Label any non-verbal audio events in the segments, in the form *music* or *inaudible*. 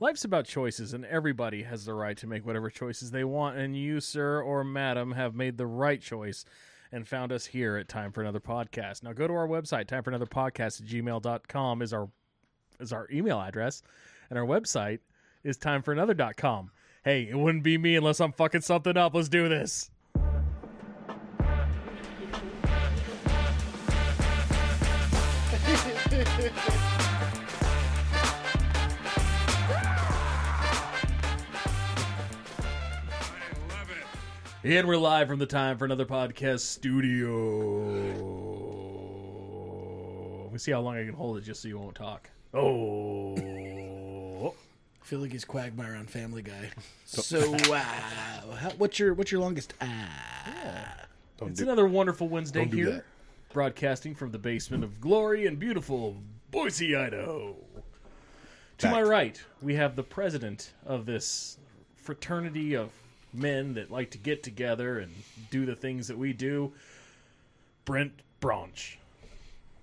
Life's about choices, and everybody has the right to make whatever choices they want. And you, sir or madam, have made the right choice and found us here at Time for Another Podcast. Now go to our website, time for another podcast at gmail.com is our is our email address, and our website is time for another.com. Hey, it wouldn't be me unless I'm fucking something up. Let's do this. And we're live from the Time for Another Podcast studio. We see how long I can hold it just so you won't talk. *laughs* Oh. I feel like he's Quagmire on Family Guy. *laughs* So wow, How, what's your what's your longest ah? Don't It's do- another wonderful Wednesday Don't do here, that. broadcasting from the basement of glory and beautiful Boise, Idaho. To my Fact. right, we have the president of this fraternity of men that like to get together and do the things that we do, Brent Branch.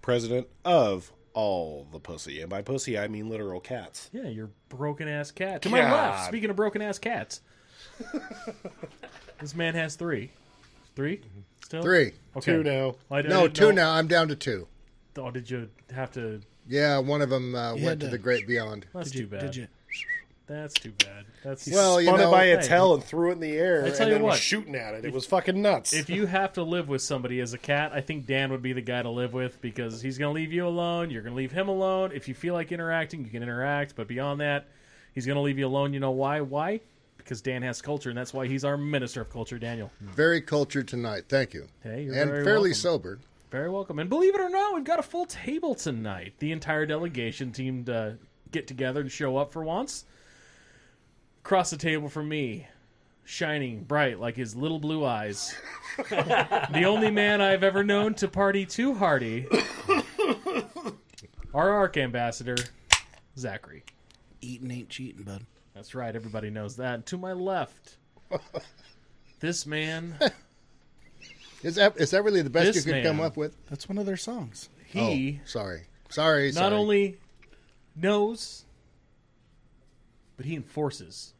president of all the pussy, and by pussy I mean literal cats. Yeah, your broken ass cat. To my God. left, speaking of broken ass cats, this man has three. Three? Still? Three. Okay. Two now. I- I No, didn't two know- now. I'm down to two. Oh, did you have to? Yeah, one of them uh, You had went to to- the great beyond. That's Did you, too bad. did you? That's too bad. That's Well, you Spun it know, by its hey. hell and threw it in the air, I tell and you then was what. shooting at it. It was fucking nuts. if you have to live with somebody as a cat, I think Dan would be the guy to live with because he's going to leave you alone. You're going to leave him alone. If you feel like interacting, you can interact. But beyond that, he's going to leave you alone. You know why? Why? Because Dan has culture, and that's why he's our minister of culture, Daniel. Very cultured tonight. Thank you. Hey, you're and very fairly welcome. sober. Very welcome. And believe it or not, we've got a full table tonight. The entire delegation team to get together and show up for once. Across the table from me, shining bright like his little blue eyes. *laughs* the only man I've ever known to party too hardy. Our ARC ambassador, Zachary. Eating ain't cheating, bud. That's right, everybody knows that. To my left, this man, Is that is that really the best This you man. could come up with? That's one of their songs. he. Oh, sorry. Sorry. not sorry. only knows, but he enforces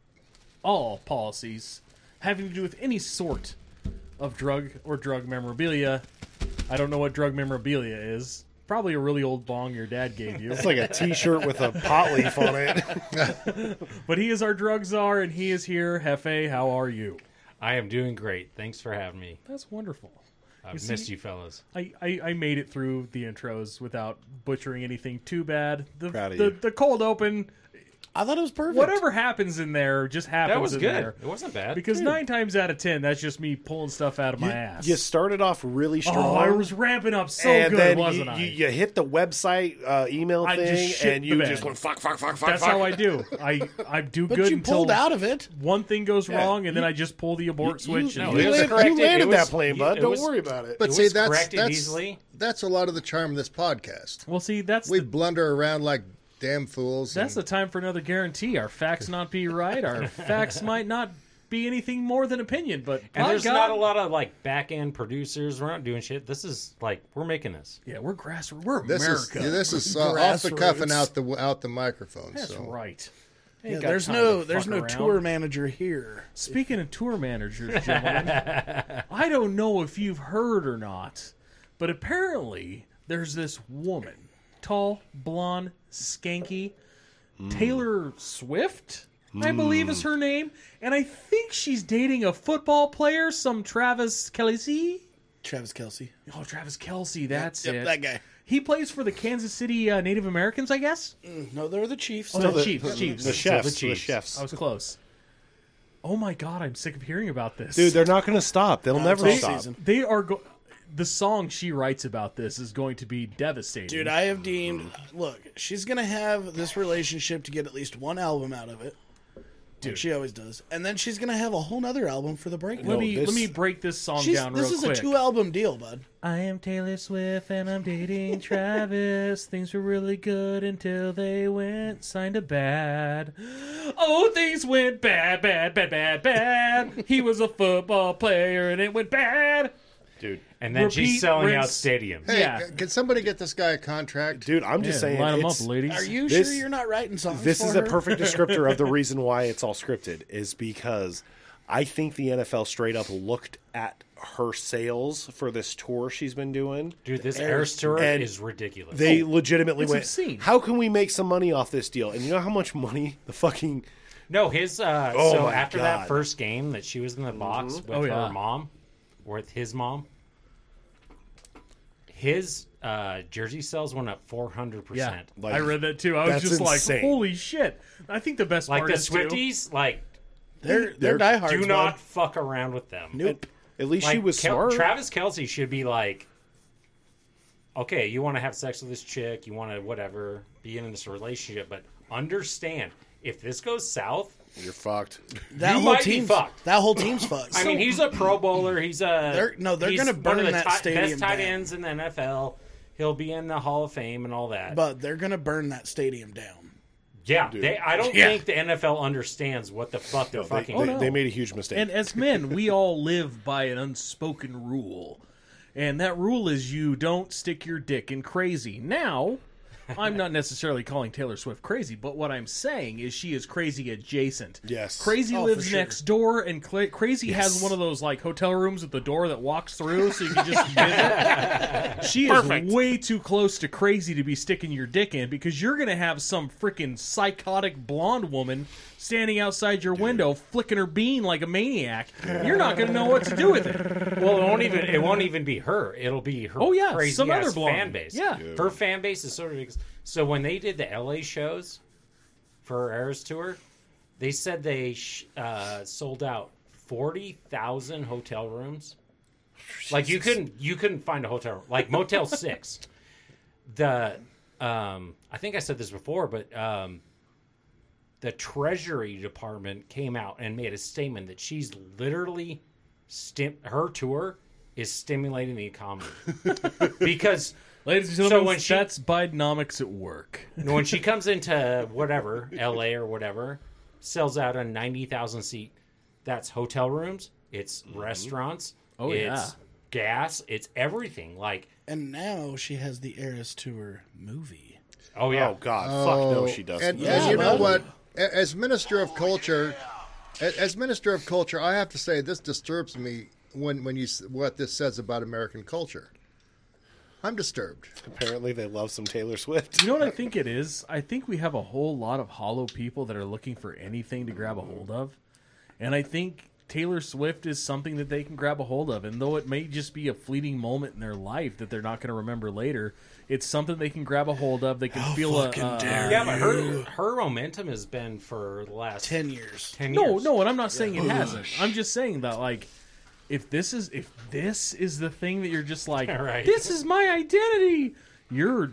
all policies having to do with any sort of drug or drug memorabilia. I don't know what drug memorabilia is. Probably a really old bong your dad gave *laughs* you. it's like a T-shirt with a pot leaf on it. but he is our drug czar, and he is here. Hefe, how are you? I am doing great. Thanks for having me. That's wonderful. I've see- missed you fellas. I, I, I made it through the intros without butchering anything too bad. The, Proud of the, you. the cold open, I thought it was perfect. whatever happens in there just happens That was in good. there. It wasn't bad. Because nine times out of ten, that's just me pulling stuff out of my ass. You started off really strong. oh, I was ramping up so and good, then wasn't you, I? You, you hit the website uh, email I just thing, shit and the you bed. just went fuck, fuck, fuck, fuck. that's fuck. how I do. I I do But good you until pulled out of it. one thing goes wrong, and then I just pull the abort switch. no, and it You was landed, corrected. you landed It that was- plane, it bud. Don't was- worry about it. But It see, was that's corrected that's easily. that's a lot of the charm of this podcast. well, see, that's We the, blunder around like damn fools. that's the time for another guarantee. Our facts not be right. Our facts might not be anything more than opinion, but And by there's God, not a lot of like back end producers. We're not doing shit. This is like we're making this. Yeah, we're grass. We're this America. is this is uh, off the cuff and Grassroots. out the out the microphone. that's so right. Ain't Yeah, got there's time no to there's fuck no around. tour manager here. Speaking of tour managers, gentlemen, I don't know if you've heard or not, but apparently there's this woman, tall, blonde, skanky, Taylor Swift, I believe is her name, and I think she's dating a football player, some Travis Kelsey. Travis Kelsey. Oh, Travis Kelsey, that's yep, it. that guy. He plays for the Kansas City uh, Native Americans, I guess. No, they're the Chiefs. Oh, So- the Chiefs, Chiefs. The chefs, the cheese. I chefs, was close. Oh my god, I'm sick of hearing about this. dude. They're not going to stop. They'll it's never all stop. season. They are go- the song she writes about this is going to be devastating. Dude, I have deemed. Look, she's gonna have this relationship to get at least one album out of it. Dude, she always does, and then she's gonna have a whole nother album for the break. let No, me this- let me break this song She's, down real this is quick. a two album deal, bud. I am Taylor Swift and I'm dating Travis. Things were really good until they went signed to bad. Oh, things went bad, bad, bad, bad, bad. he was a football player and it went bad. dude. And then Repeat, she's selling out rinse. stadiums. Hey, uh, Yeah. can somebody get this guy a contract? Dude, I'm Yeah, just saying. line them up, it's- ladies. Are you This- sure you're not writing songs? This for is a her? *laughs* perfect descriptor of the reason why it's all scripted is because I think the NFL straight up looked at her sales for this tour she's been doing. Dude, this air tour and is ridiculous. They legitimately it's went, obscene. how can we make some money off this deal? And you know how much money the fucking no, his uh Oh so my after God. that first game that she was in the box with Oh, yeah. her mom or with his mom, his uh jersey sales went up four hundred Yeah, percent. Like, I read that too. I was that's just insane. like, "Holy shit!" I think the best Like part the is too- Swifties, like They're They're- they're diehards. do bud. not fuck around with them. Nope. at least she Like, was Kel- smart. Travis Kelsey should be like, okay, you want to have sex with this chick, you want to whatever, be in this relationship, but understand if this goes south, You're fucked. That You whole might be team's fucked. That whole team's fucked. I mean, he's a Pro Bowler. He's a They're- no, they're he's gonna one burn of the that ti- stadium Best tight down. ends in the NFL. He'll be in the Hall of Fame and all that. but they're gonna burn that stadium down. yeah, they, I don't think the NFL understands what the fuck they're They, fucking. they- doing. they made a huge mistake. And as men, we all live by an unspoken rule. And that rule is you don't stick your dick in crazy. Now, I'm not necessarily calling Taylor Swift crazy, but what I'm saying is she is crazy adjacent. Yes. Crazy Oh, lives for sure. next door, and cla Crazy has one of those like hotel rooms with the door that walks through, so you can just visit. she is way too close to Crazy to be sticking your dick in because you're gonna have some freaking psychotic blonde woman standing outside your window flicking her bean like a maniac. You're not gonna know what to do with it. Well, it won't even it won't even be her. It'll be her. Oh, yeah, crazy some ass other blonde. fan base. Yeah. her fan base is so ridiculous. So when they did the LA shows for her Eras tour, they said they sh- uh, sold out forty thousand hotel rooms. Like you couldn't you couldn't find a hotel room. like Motel *laughs* Six. The um, I think I said this before, but um, the Treasury Department came out and made a statement that she's literally stim- her tour is stimulating the economy because Ladies and gentlemen, when she- that's Bidenomics at work. when she comes into whatever L.A. or whatever, sells out a ninety thousand seat. That's hotel rooms. It's restaurants. Mm-hmm. Oh, it's yeah. Gas. It's everything. Like And now she has the heiress to her movie. oh yeah. oh God, fuck no, Oh, she doesn't. And, Yeah, and you know bud. what? A- As minister of culture, a- as minister of culture, I have to say this disturbs me when when you s- what this says about American culture. I'm disturbed. Apparently, they love some Taylor Swift. You know what I think it is? I think we have a whole lot of hollow people that are looking for anything to grab a hold of. And I think Taylor Swift is something that they can grab a hold of. And though it may just be a fleeting moment in their life that they're not going to remember later, it's something they can grab a hold of. They can feel a. fucking a- dare Yeah, but her her momentum has been for the last ten, Ten years. no, years. no, and I'm not saying it hasn't. I'm just saying that, like. If this is if this is the thing that you're just like Right. this is my identity, you're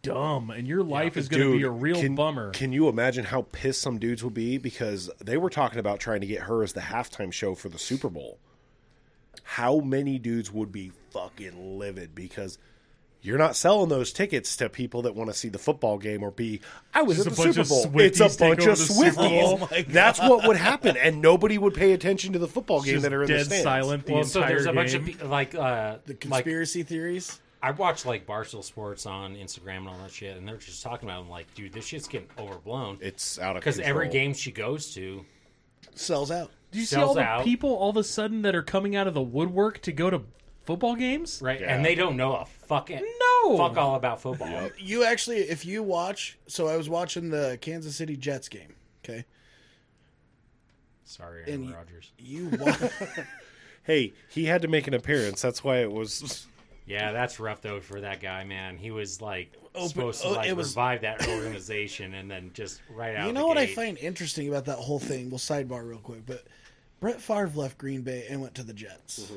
dumb and your life is going to be a real can, bummer. Can you imagine how pissed some dudes will be because they were talking about trying to get her as the halftime show for the Super Bowl? How many dudes would be fucking livid because you're not selling those tickets to people that want to see the football game or be I was Just at a the bunch Super of Bowl. Swifties It's a take bunch over of the Super *laughs* Bowl. Oh Swifties. That's what would happen, and nobody would pay attention to the football game Just that are in the dead stands. silent the Well, entire so there's a game. bunch of pe- like uh, The like conspiracy theories. I watch like Barstool Sports on Instagram and all that shit, and they're just talking about. it. I'm like, dude, this shit's getting overblown It's out of because every control. game she goes to, Sells out. Do you see sells all the out. people all of a sudden that are coming out of the woodwork to go to football games? right, and they don't know a fucking No. fuck all about football. You actually, if you watch, so I was watching the Kansas City Jets game. Okay, Sorry, Aaron And- Rodgers. you watch. Hey, he had to make an appearance. That's why it was. Yeah, that's rough though for that guy, man. He was like but- supposed to oh, like it was- revive that organization, and then just right out. you of know the what I gate- find interesting about that whole thing? We'll sidebar real quick, but Brett Favre left Green Bay and went to the Jets.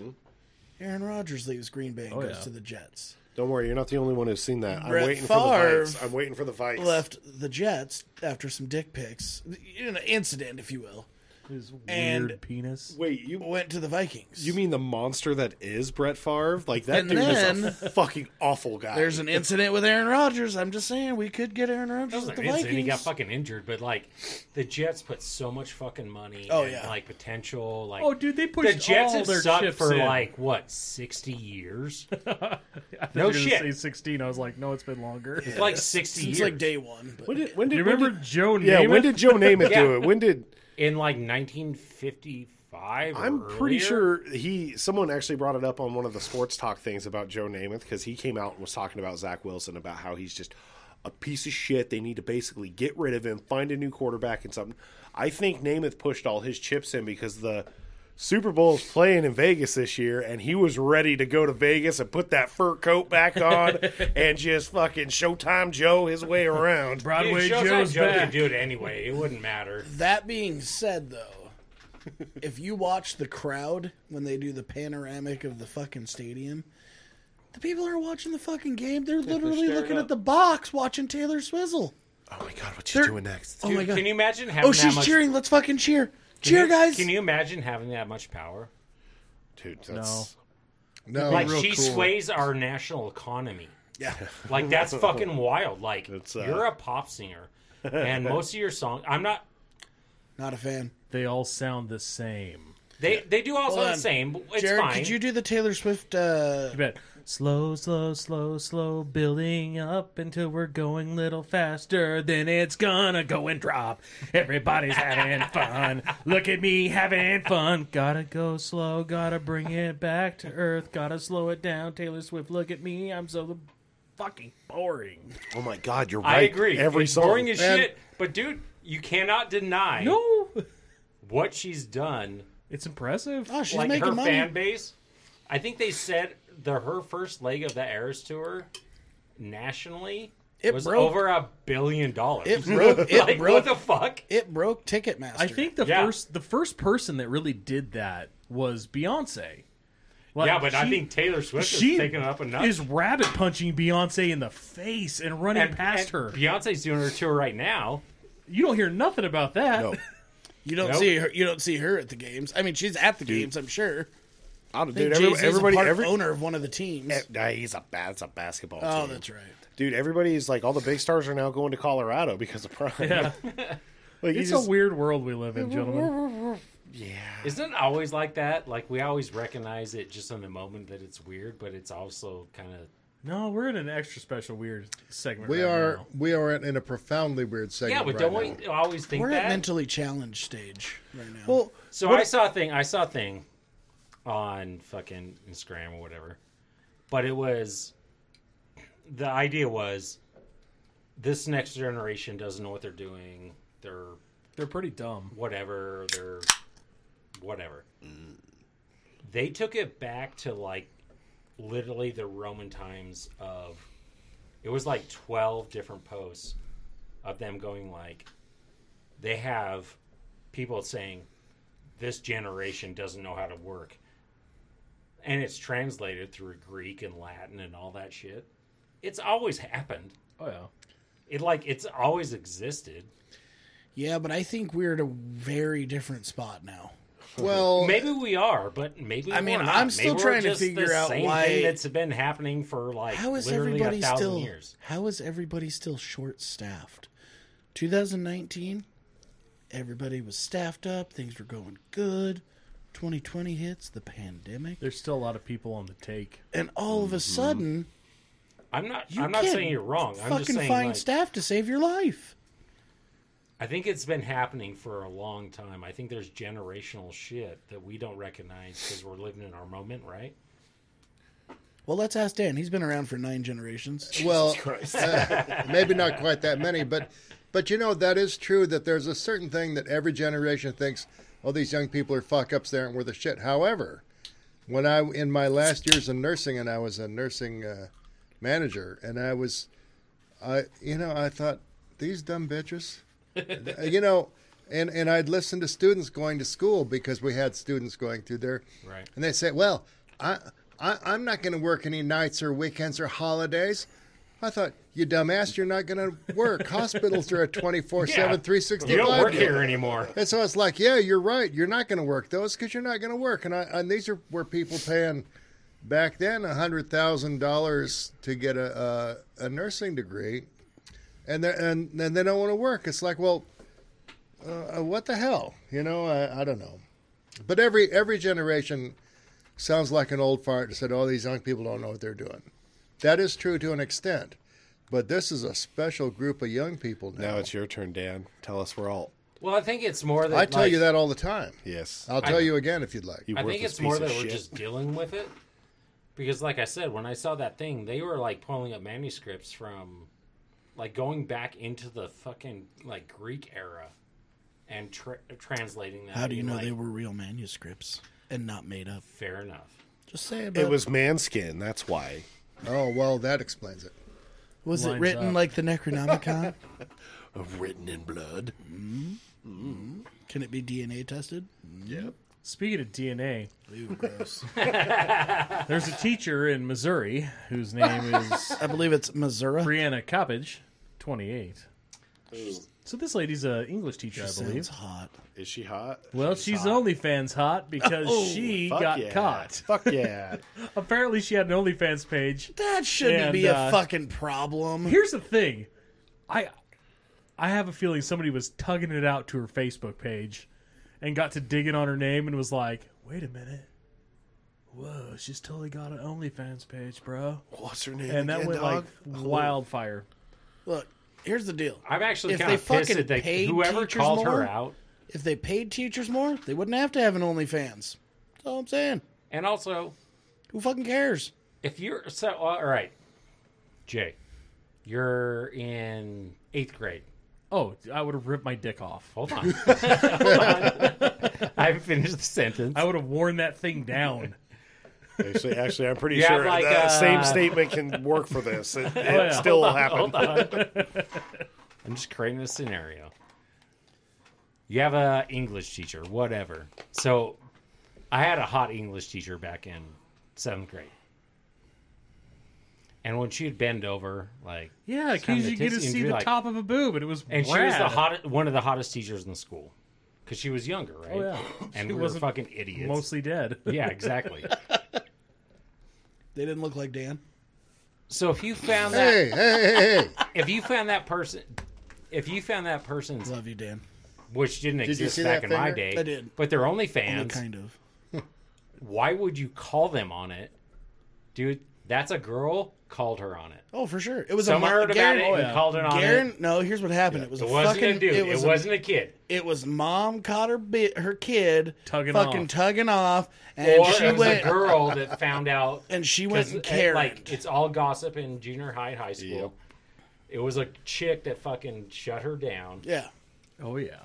Aaron Rodgers leaves Green Bay and Oh, goes yeah. to the Jets. Don't worry, you're not the only one who's seen that. Brett I'm waiting Favre for the vibes. I'm waiting for the vibes. Left the Jets after some dick pics, an incident, if you will. His weird And- penis. Wait, you Went to the Vikings. you mean the monster that is Brett Favre? Like that And dude then- is a fucking awful guy. There's an incident with Aaron Rodgers. I'm just saying we could get Aaron Rodgers at Wasn't the an incident, Vikings. He got fucking injured, but like the Jets put so much fucking money. Oh, and, yeah. like potential. Like Oh, dude, they the pushed Jets all have their sucked chips for in. like what sixty *laughs* years? *laughs* I thought no you were gonna shit. Say sixteen. I was like, no, it's been longer. It's like sixty Since years. like day one. But when did, when did You remember when did- Joe? yeah, Namath? when did Joe *laughs* Namath Yeah. do it? When did in like 1955. or I'm pretty earlier? sure he someone actually brought it up on one of the sports talk things about Joe Namath because he came out and was talking about Zach Wilson about how he's just a piece of shit. They need to basically get rid of him, find a new quarterback, and something. I think Namath pushed all his chips in because the Super Bowl is playing in Vegas this year, and he was ready to go to Vegas and put that fur coat back *laughs* on and just fucking Showtime Joe his way around. Dude, Broadway Joe's Joe's Joe could back? do it anyway. It wouldn't matter. that being said, though, if you watch the crowd when they do the panoramic of the fucking stadium, the people are watching the fucking game. They're literally staring looking up. at the box watching Taylor Swizzle. Oh my god, what you They're- doing next? oh my god. Can you imagine having oh, that she's much- cheering. Let's fucking cheer. Can Cheer, you- guys. Can you imagine having that much power? Dude, that's No, Oh, Like real she cool. sways our national economy. yeah. *laughs* Like that's fucking wild. *laughs* Like It's, uh, you're a pop singer, and most of your songs, I'm not. Not a fan. They all sound the same. They they do all sound on. the same. But it's Jared, fine. could you do the Taylor Swift? Uh, You bet. Slow, slow, slow, slow, building up until we're going little faster. Then it's gonna go and drop. Everybody's *laughs* having fun. Look at me having fun. Gotta go slow. Gotta bring it back to earth. Gotta slow it down. Taylor Swift, look at me. I'm so fucking boring. oh my god, you're right. I agree. Every it's song. boring as And- shit. But dude, you cannot deny No, what she's done. it's impressive. oh, she's like her making money. fan base. I think they said the her first leg of the Eras tour nationally It was broke- over a billion dollars. It broke. It *laughs* like broke. what the fuck? it broke Ticketmaster. I think the Yeah. first the first person that really did that was Beyonce. Like, yeah, but I she- think Taylor Swift she is taking it up a notch. is rabbit punching Beyonce in the face and running And- past and her. Beyonce's doing her tour right now. You don't hear nothing about that. No. you don't Nope. see her. You don't see her at the games. I mean, she's at the games. I'm sure. I don't- I think dude, every- Jay-Z's a everybody, part every, eh, owner of one of the teams. Eh, Nah, he's a bad. It's a basketball. oh, team. that's right. dude. Everybody's like all the big stars are now going to Colorado because of Prime. *laughs* Yeah. like It's he's just, a weird world we live in, gentlemen. Isn't it always like that? Like we always recognize it just in the moment that it's weird, but it's also kind of No, we're in an extra special weird segment. We right are now. we are in a profoundly weird yeah. segment. But right don't now. we always think We're that? at mentally challenged stage right now. well, So What- I saw a thing. I saw a thing on fucking Instagram or whatever, but it was the idea was this next generation doesn't know what they're doing. They're They're pretty dumb. whatever. They're whatever. They took it back to like literally the Roman times of it was like 12 different posts of them going like they have people saying this generation doesn't know how to work and it's translated through Greek and Latin and all that shit. It's always happened. Oh yeah. It like it's always existed. yeah, but I think we're at a very different spot now. Well, Maybe we are, but maybe I mean, we're not. I'm still Maybe we're trying to just the figure out same why- thing that's been happening for like How is literally everybody a thousand still? years. How is everybody still short-staffed? 2019, everybody was staffed up. Things were going good. 2020 hits the pandemic, There's still a lot of people on the take. and all of a sudden, I'm not. you Mm-hmm. I'm not can't saying you're wrong. I'm just Fucking saying. find like, staff to save your life. I think it's been happening for a long time. I think there's generational shit that we don't recognize because we're living in our moment, right? Well, let's ask Dan. He's been around for nine generations. *laughs* well, uh, maybe not quite that many, but but you know that is true that there's a certain thing that every generation thinks, oh, these young people are fuck ups, they aren't worth a shit. However, when I in my last years in nursing and I was a nursing uh, manager and I was, I you know I thought these dumb *laughs* bitches, you know. And, and I'd listen to students going to school because we had students going through there. Right. And they say, "Well, I, I I'm not going to work any nights or weekends or holidays. I thought, you dumbass, you're not going to *laughs* work. Hospitals are a 24 Yeah. 7, You don't 365. work deal. here anymore. And so it's like, yeah, you're right. You're not going to work those because you're not going to work. And I, and these are where people paying back then hundred thousand dollars to get a, a a nursing degree, and they and and they don't want to work. It's like, well, uh, what the hell? You know, I, I don't know. But every every generation sounds like an old fart that said, "Oh, these young people don't know what they're doing." That is true to an extent, but this is a special group of young people now. Now it's your turn, Dan. Tell us we're all. Well, I think it's more that I tell like, you that all the time. Yes. I'll tell you again if you'd like. You I think worthless it's more piece of that we're shit. just dealing with it. Because like I said, when I saw that thing, they were like pulling up manuscripts from like going back into the fucking like Greek era and tra- translating that. How do you and, know like, they were real manuscripts and not made up? fair enough? Just say about It was man skin. That's why. Oh well, that explains it. Was it Lines written up. like the *laughs* Necronomicon? Written in blood. Can it be DNA tested? Speaking of DNA, Ew, gross. *laughs* there's a teacher in Missouri whose name is I believe it's Missouri. Brianna Coppage, 28. So this lady's an English teacher, I believe. Sounds hot. Is she hot? Well, she's OnlyFans hot because she Fuck got yeah. caught. Fuck yeah. Apparently, she had an OnlyFans page. That shouldn't And, be a uh, fucking problem. Here's the thing, I, I have a feeling somebody was tugging it out to her Facebook page, and got to digging on her name and was like, "Wait a minute, whoa, she's totally got an OnlyFans page, bro." *laughs* What's her name? And that again, went dog? like wildfire. Look, here's the deal. I'm actually If kind they of pissed fucking that they, paid whoever teachers called more- her out. If they paid teachers more, they wouldn't have to have an OnlyFans. That's all I'm saying. And also, Who fucking cares? if you're so uh, all right, Jay, you're in eighth grade. Oh, I would have ripped my dick off. Hold *laughs* on, *laughs* hold on. I haven't finished the sentence. I would have worn that thing *laughs* down. Actually, actually, I'm pretty You have sure like, that uh, same statement can work for this. It, it yeah. still happened. I'm just creating a scenario. You have a English teacher, whatever. So, I had a hot English teacher back in seventh grade, and when she'd bend over, like, Yeah, kind because of you get to tasty and see you're the like- top of a boob, and it was and she was the rad. hot, one of the hottest teachers in the school, because she was younger, right? Oh, yeah. *coughs* And She we were wasn't fucking idiots. mostly dead. *laughs* Yeah, exactly. They didn't look like Dan. so if you found that, Hey, hey, hey, hey! if you found that person, if you found that person's, Love you, Dan. which didn't you exist see back in that my finger? day, I did. but they're only Only fans. kind of. why would you call them on it, dude? That's a girl called her on it. Oh, for sure. It was Someone a mo- heard about Garen- it and called it on Garen, it. no, here's what happened. It was It a wasn't fucking a dude. It, was a- wasn't a kid. It was mom caught her bit her kid Tugging fucking off. tugging off, and or she it was went a girl that found out. *laughs* and she went 'cause, and uh, carried. like it's all gossip in junior high, and high school. Yep. It was a chick that fucking shut her down. yeah, *laughs* Oh yeah.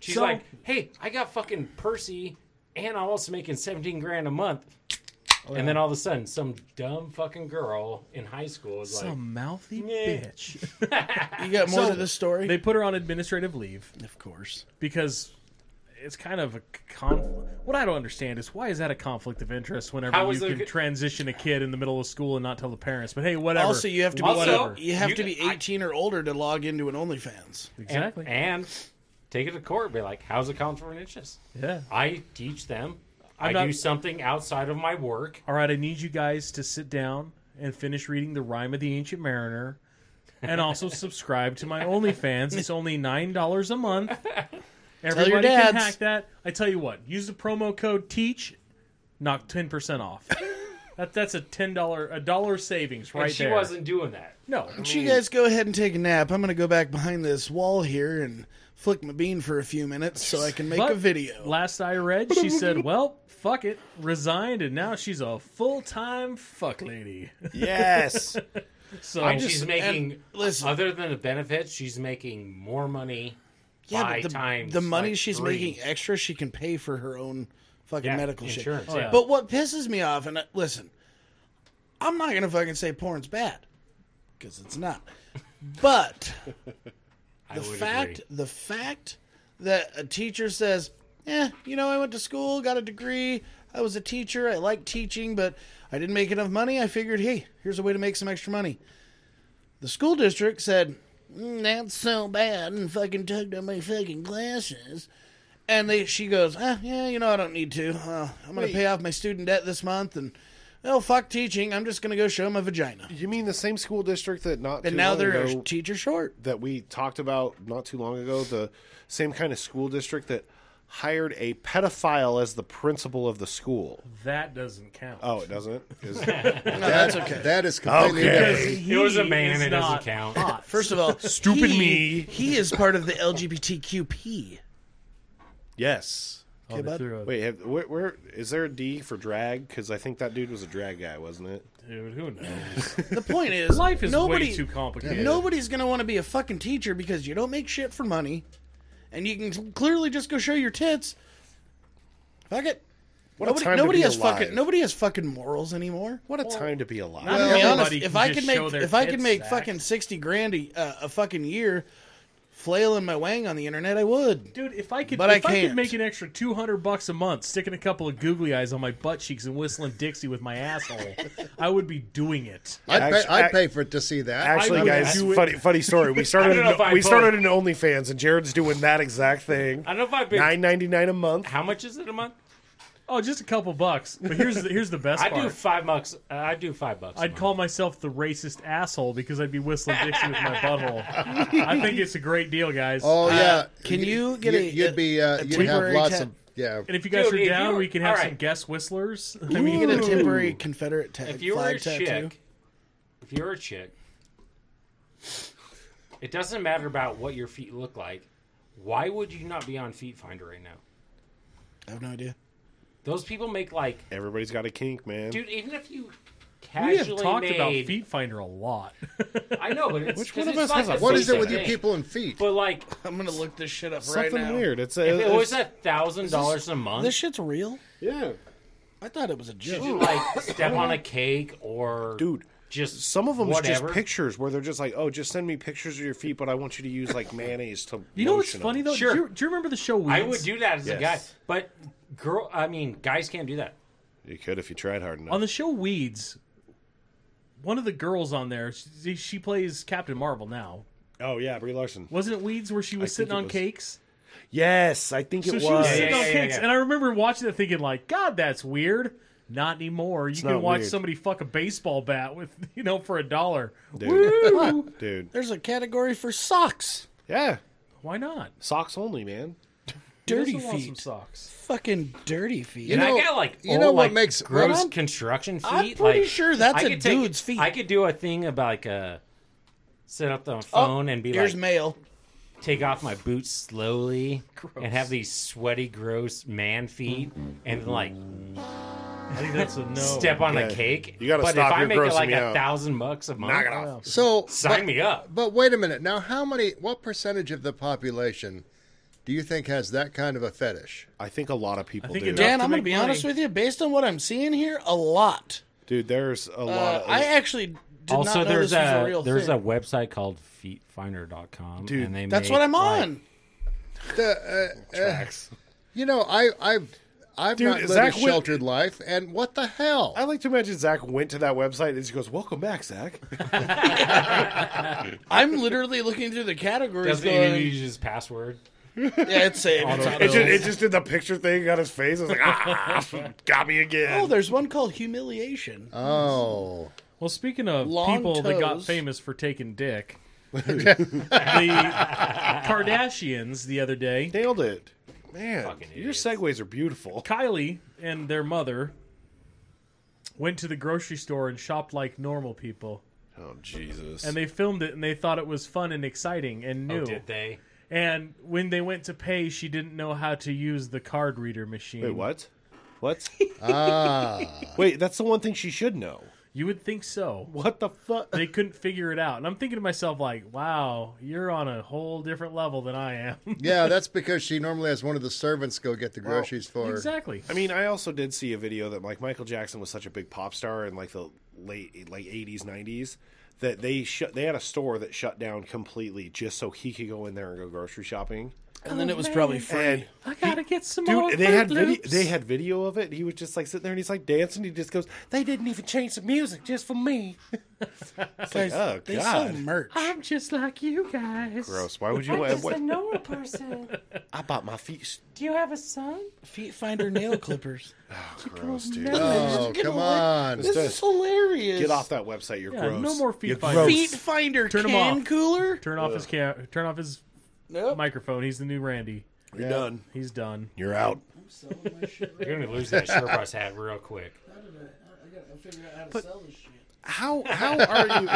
She's So- like, "Hey, I got fucking Percy, and I'm also making seventeen grand a month." Oh, And then all of a sudden, some dumb fucking girl in high school is like, Some mouthy Yeah. bitch. you got more So, to this story. They put her on administrative leave of course, because it's kind of a conflict. What I don't understand is why is that a conflict of interest whenever How you is it a can co- transition a kid in the middle of school and not tell the parents? But hey, whatever. also you have to be Also, you have you to can- be 18 or older to log into an OnlyFans. and, exactly. and take it to court. Be like, "How's it conflict of interest?" yeah. I teach them. i I'm not- do something outside of my work. All right, I need you guys to sit down and finish reading the Rhyme of the Ancient Mariner, and *laughs* also subscribe to my OnlyFans. It's only nine dollars a *laughs* month. Everybody your can dads. hack that. I tell you what, use the promo code Teach, knock ten percent *laughs* off. That, that's a ten dollar a dollar savings right and she there. wasn't doing that. no, Why don't you guys go ahead and take a nap? I'm gonna go back behind this wall here and flick my bean for a few minutes so I can make But a video. Last I read, she said, "Well, fuck it," resigned, and now she's a full time fuck lady. *laughs* *laughs* Yes. So and she's making and listen- other than the benefits, she's making more money. yeah, by but the, times, the money like, she's three. making extra, she can pay for her own fucking Yeah, medical insurance, shit. yeah. But what pisses me off, and I, listen, I'm not gonna fucking say porn's bad because it's not, but *laughs* I the would fact agree. the fact that a teacher says, "Yeah, you know, I went to school, got a degree, I was a teacher, I liked teaching, but I didn't make enough money. I figured, hey, here's a way to make some extra money." The school district said, "Mm, "That's so bad," and fucking tugged on my fucking glasses. And they, she goes, ah, "Yeah, you know, I don't need to. Uh, I'm gonna Wait. pay off my student debt this month, and oh fuck teaching. I'm just gonna go show my vagina." You mean the same school district that not And too now long they're a ago- teacher short. that we talked about not too long ago, the same kind of school district that hired a pedophile as the principal of the school. That doesn't count. Oh, it doesn't? Is- *laughs* No, that's okay. That is completely Okay. different. It was a He man, is it doesn't not count. hot. First *laughs* of all, Stupid he- me. He is part of the LGBTQP. yes. Oh, they bud. threw a- Wait, have, where, where is there a D for drag? Because I think that dude was a drag guy, wasn't it? dude, who knows? The point *laughs* is, Life is nobody, way too complicated. Nobody's gonna want to be a fucking teacher because you don't make shit for money, and you can clearly just go show your tits. Fuck it. What Nobody, a time nobody to be has alive. fucking nobody has fucking morals anymore. What a time to be alive. Not To be honest, everybody if can I just could show make their if I could tits, make Zach. fucking sixty grand a, uh, a fucking year, flailing my wang on the internet, I would. Dude, if I could, But I if I, could can't. make an extra two hundred bucks a month, sticking a couple of googly eyes on my butt cheeks and whistling Dixie with my asshole, *laughs* I would be doing it. I'd, Actu- pay, I'd act- pay for it to see that. Actually, I would guys, do it. funny funny story. *laughs* We started I don't know an- if I we vote. started an OnlyFans, and Jared's doing that exact thing. *laughs* I don't know if I've been. Nine ninety nine a month. How much is it a month? Oh, just a couple bucks. But here's the, here's the best I part. do five bucks. Uh, I do five bucks. a I'd month. call myself the racist asshole because I'd be whistling Dixie with my butthole. I think it's a great deal, guys. oh yeah. Uh, can you get a- You'd be. Uh, a you'd have temporary lots ta- of. Yeah. and if you guys Dude, are if down, you- we can have all some right. guest whistlers. I Can mean, we get a temporary Confederate tag if you were flag a tattoo? chick, if you're a chick, it doesn't matter about what your feet look like. Why would you not be on Feet Finder right now? I have no idea. Those people make like, Everybody's got a kink, man. dude. Even if you we have casually talked made, about Feet Finder a lot. I know, but it's, Which 'cause one of us it's like has a a foot What is it Something. with you thing. people and feet? But like, I'm gonna look this shit up Something right now. weird. It's if a, it was it's- a thousand dollars a month, This shit's real. yeah, I thought it was a joke. should you like step on a cake or dude. Just Some of them just whatever. pictures where they're just like, "Oh, just send me pictures of your feet, but I want you to use like mayonnaise to." You know what's lotion 'em." funny though? Sure. Do, you, do you remember the show? Weeds? I would do that as a guy, Yes. but girl, I mean, guys can't do that. You could if you tried hard enough. on the show Weeds. One of the girls on there, she, she plays Captain Marvel now. oh yeah, Brie Larson. Wasn't it Weeds where she was I sitting think it on was. cakes? Yes, I think So it she was was. sitting Yeah, on yeah, cakes, yeah. and I remember watching that thinking, like, God, that's weird. Not anymore. You can not watch weird. somebody fuck a baseball bat with, *laughs* you know, for a dollar. Woo! *laughs* Dude, There's a category for socks. yeah, Why not? socks only, man. He doesn't Dirty want some feet. socks. Fucking dirty feet. And know- I got like you old, know what like, makes- gross I'm- construction feet. I'm pretty like, sure that's I a could take- dude's feet. I could do a thing about like a set up the phone and be Here's like mail. take off my boots slowly and have these sweaty, gross man feet and then, like I think that's a no. step on Yeah. a cake. You gotta but stop. if I You're make it grossing like me a out. thousand bucks a month, Knock it off. So sign but, me up. But wait a minute. Now, how many? What percentage of the population do you think has that kind of a fetish? I think a lot of people think do. it does. Dan, to I'm gonna make be money. honest with you. Based on what I'm seeing here, a lot. Dude, there's a lot. Uh, Of, I actually did Also, not know there's this was a, a real there's thing. a website called FeetFinder.com, Dude, and they That's make, what I'm like- on. The, uh, uh, Facts. you know, I, I've I've Dude, not lived Zach a Whit- sheltered life, and what the hell? I like to imagine Zach went to that website and just goes, "Welcome *laughs* back, Zach." I'm literally looking through the categories. Doesn't even Going, use his password. yeah, it's saved. It's It just, auto-filled. it just did the picture thing on his face. I was like, "Ah, *laughs* got me again." Oh, there's one called humiliation. *laughs* oh, Well, speaking of Long people that got toes. famous for taking *laughs* dick, the Kardashians the other day, Nailed it, man. Fucking your idiots. segues *laughs* are beautiful. Kylie and their mother went to the grocery store and shopped like normal people. Oh Jesus! And they filmed it and they thought it was fun and exciting and new. Oh, did they? And when they went to pay, she didn't know how to use the card reader machine. Wait, what? *laughs* What? ah, Wait, that's the one thing she should know. You would think so. What the fuck? They couldn't figure it out. And I'm thinking to myself, like, wow, you're on a whole different level than I am. *laughs* yeah. That's because she normally has one of the servants go get the groceries for her. exactly. I mean, I also did see a video that like Michael Jackson was such a big pop star in like the late like eighties, nineties that they shut. They had a store that shut down completely just so he could go in there and go grocery shopping. And then it was probably free. And I gotta get some more. dude, they had Fruit video, Loops. they had video of it. He was just like sitting there and he's like dancing. He just goes, "They didn't even change the music just for me." it's like, oh they sell god, merch. I'm just like you guys. gross. Why would you? I'm Why, just why, a normal person. *laughs* I bought my feet. Do you have a son? Feet Finder nail clippers. Gross, dude. Oh, come on. This is hilarious. Get off that website. You're Yeah, gross. no more feet You're fighting. gross. Feet Finder Turn 'em can off. cooler. Turn off his cam. Turn off his Nope. microphone. He's the new Randy. You're done. He's done. You're out. You're gonna lose that Sherpa's hat real quick. How how are *laughs* you?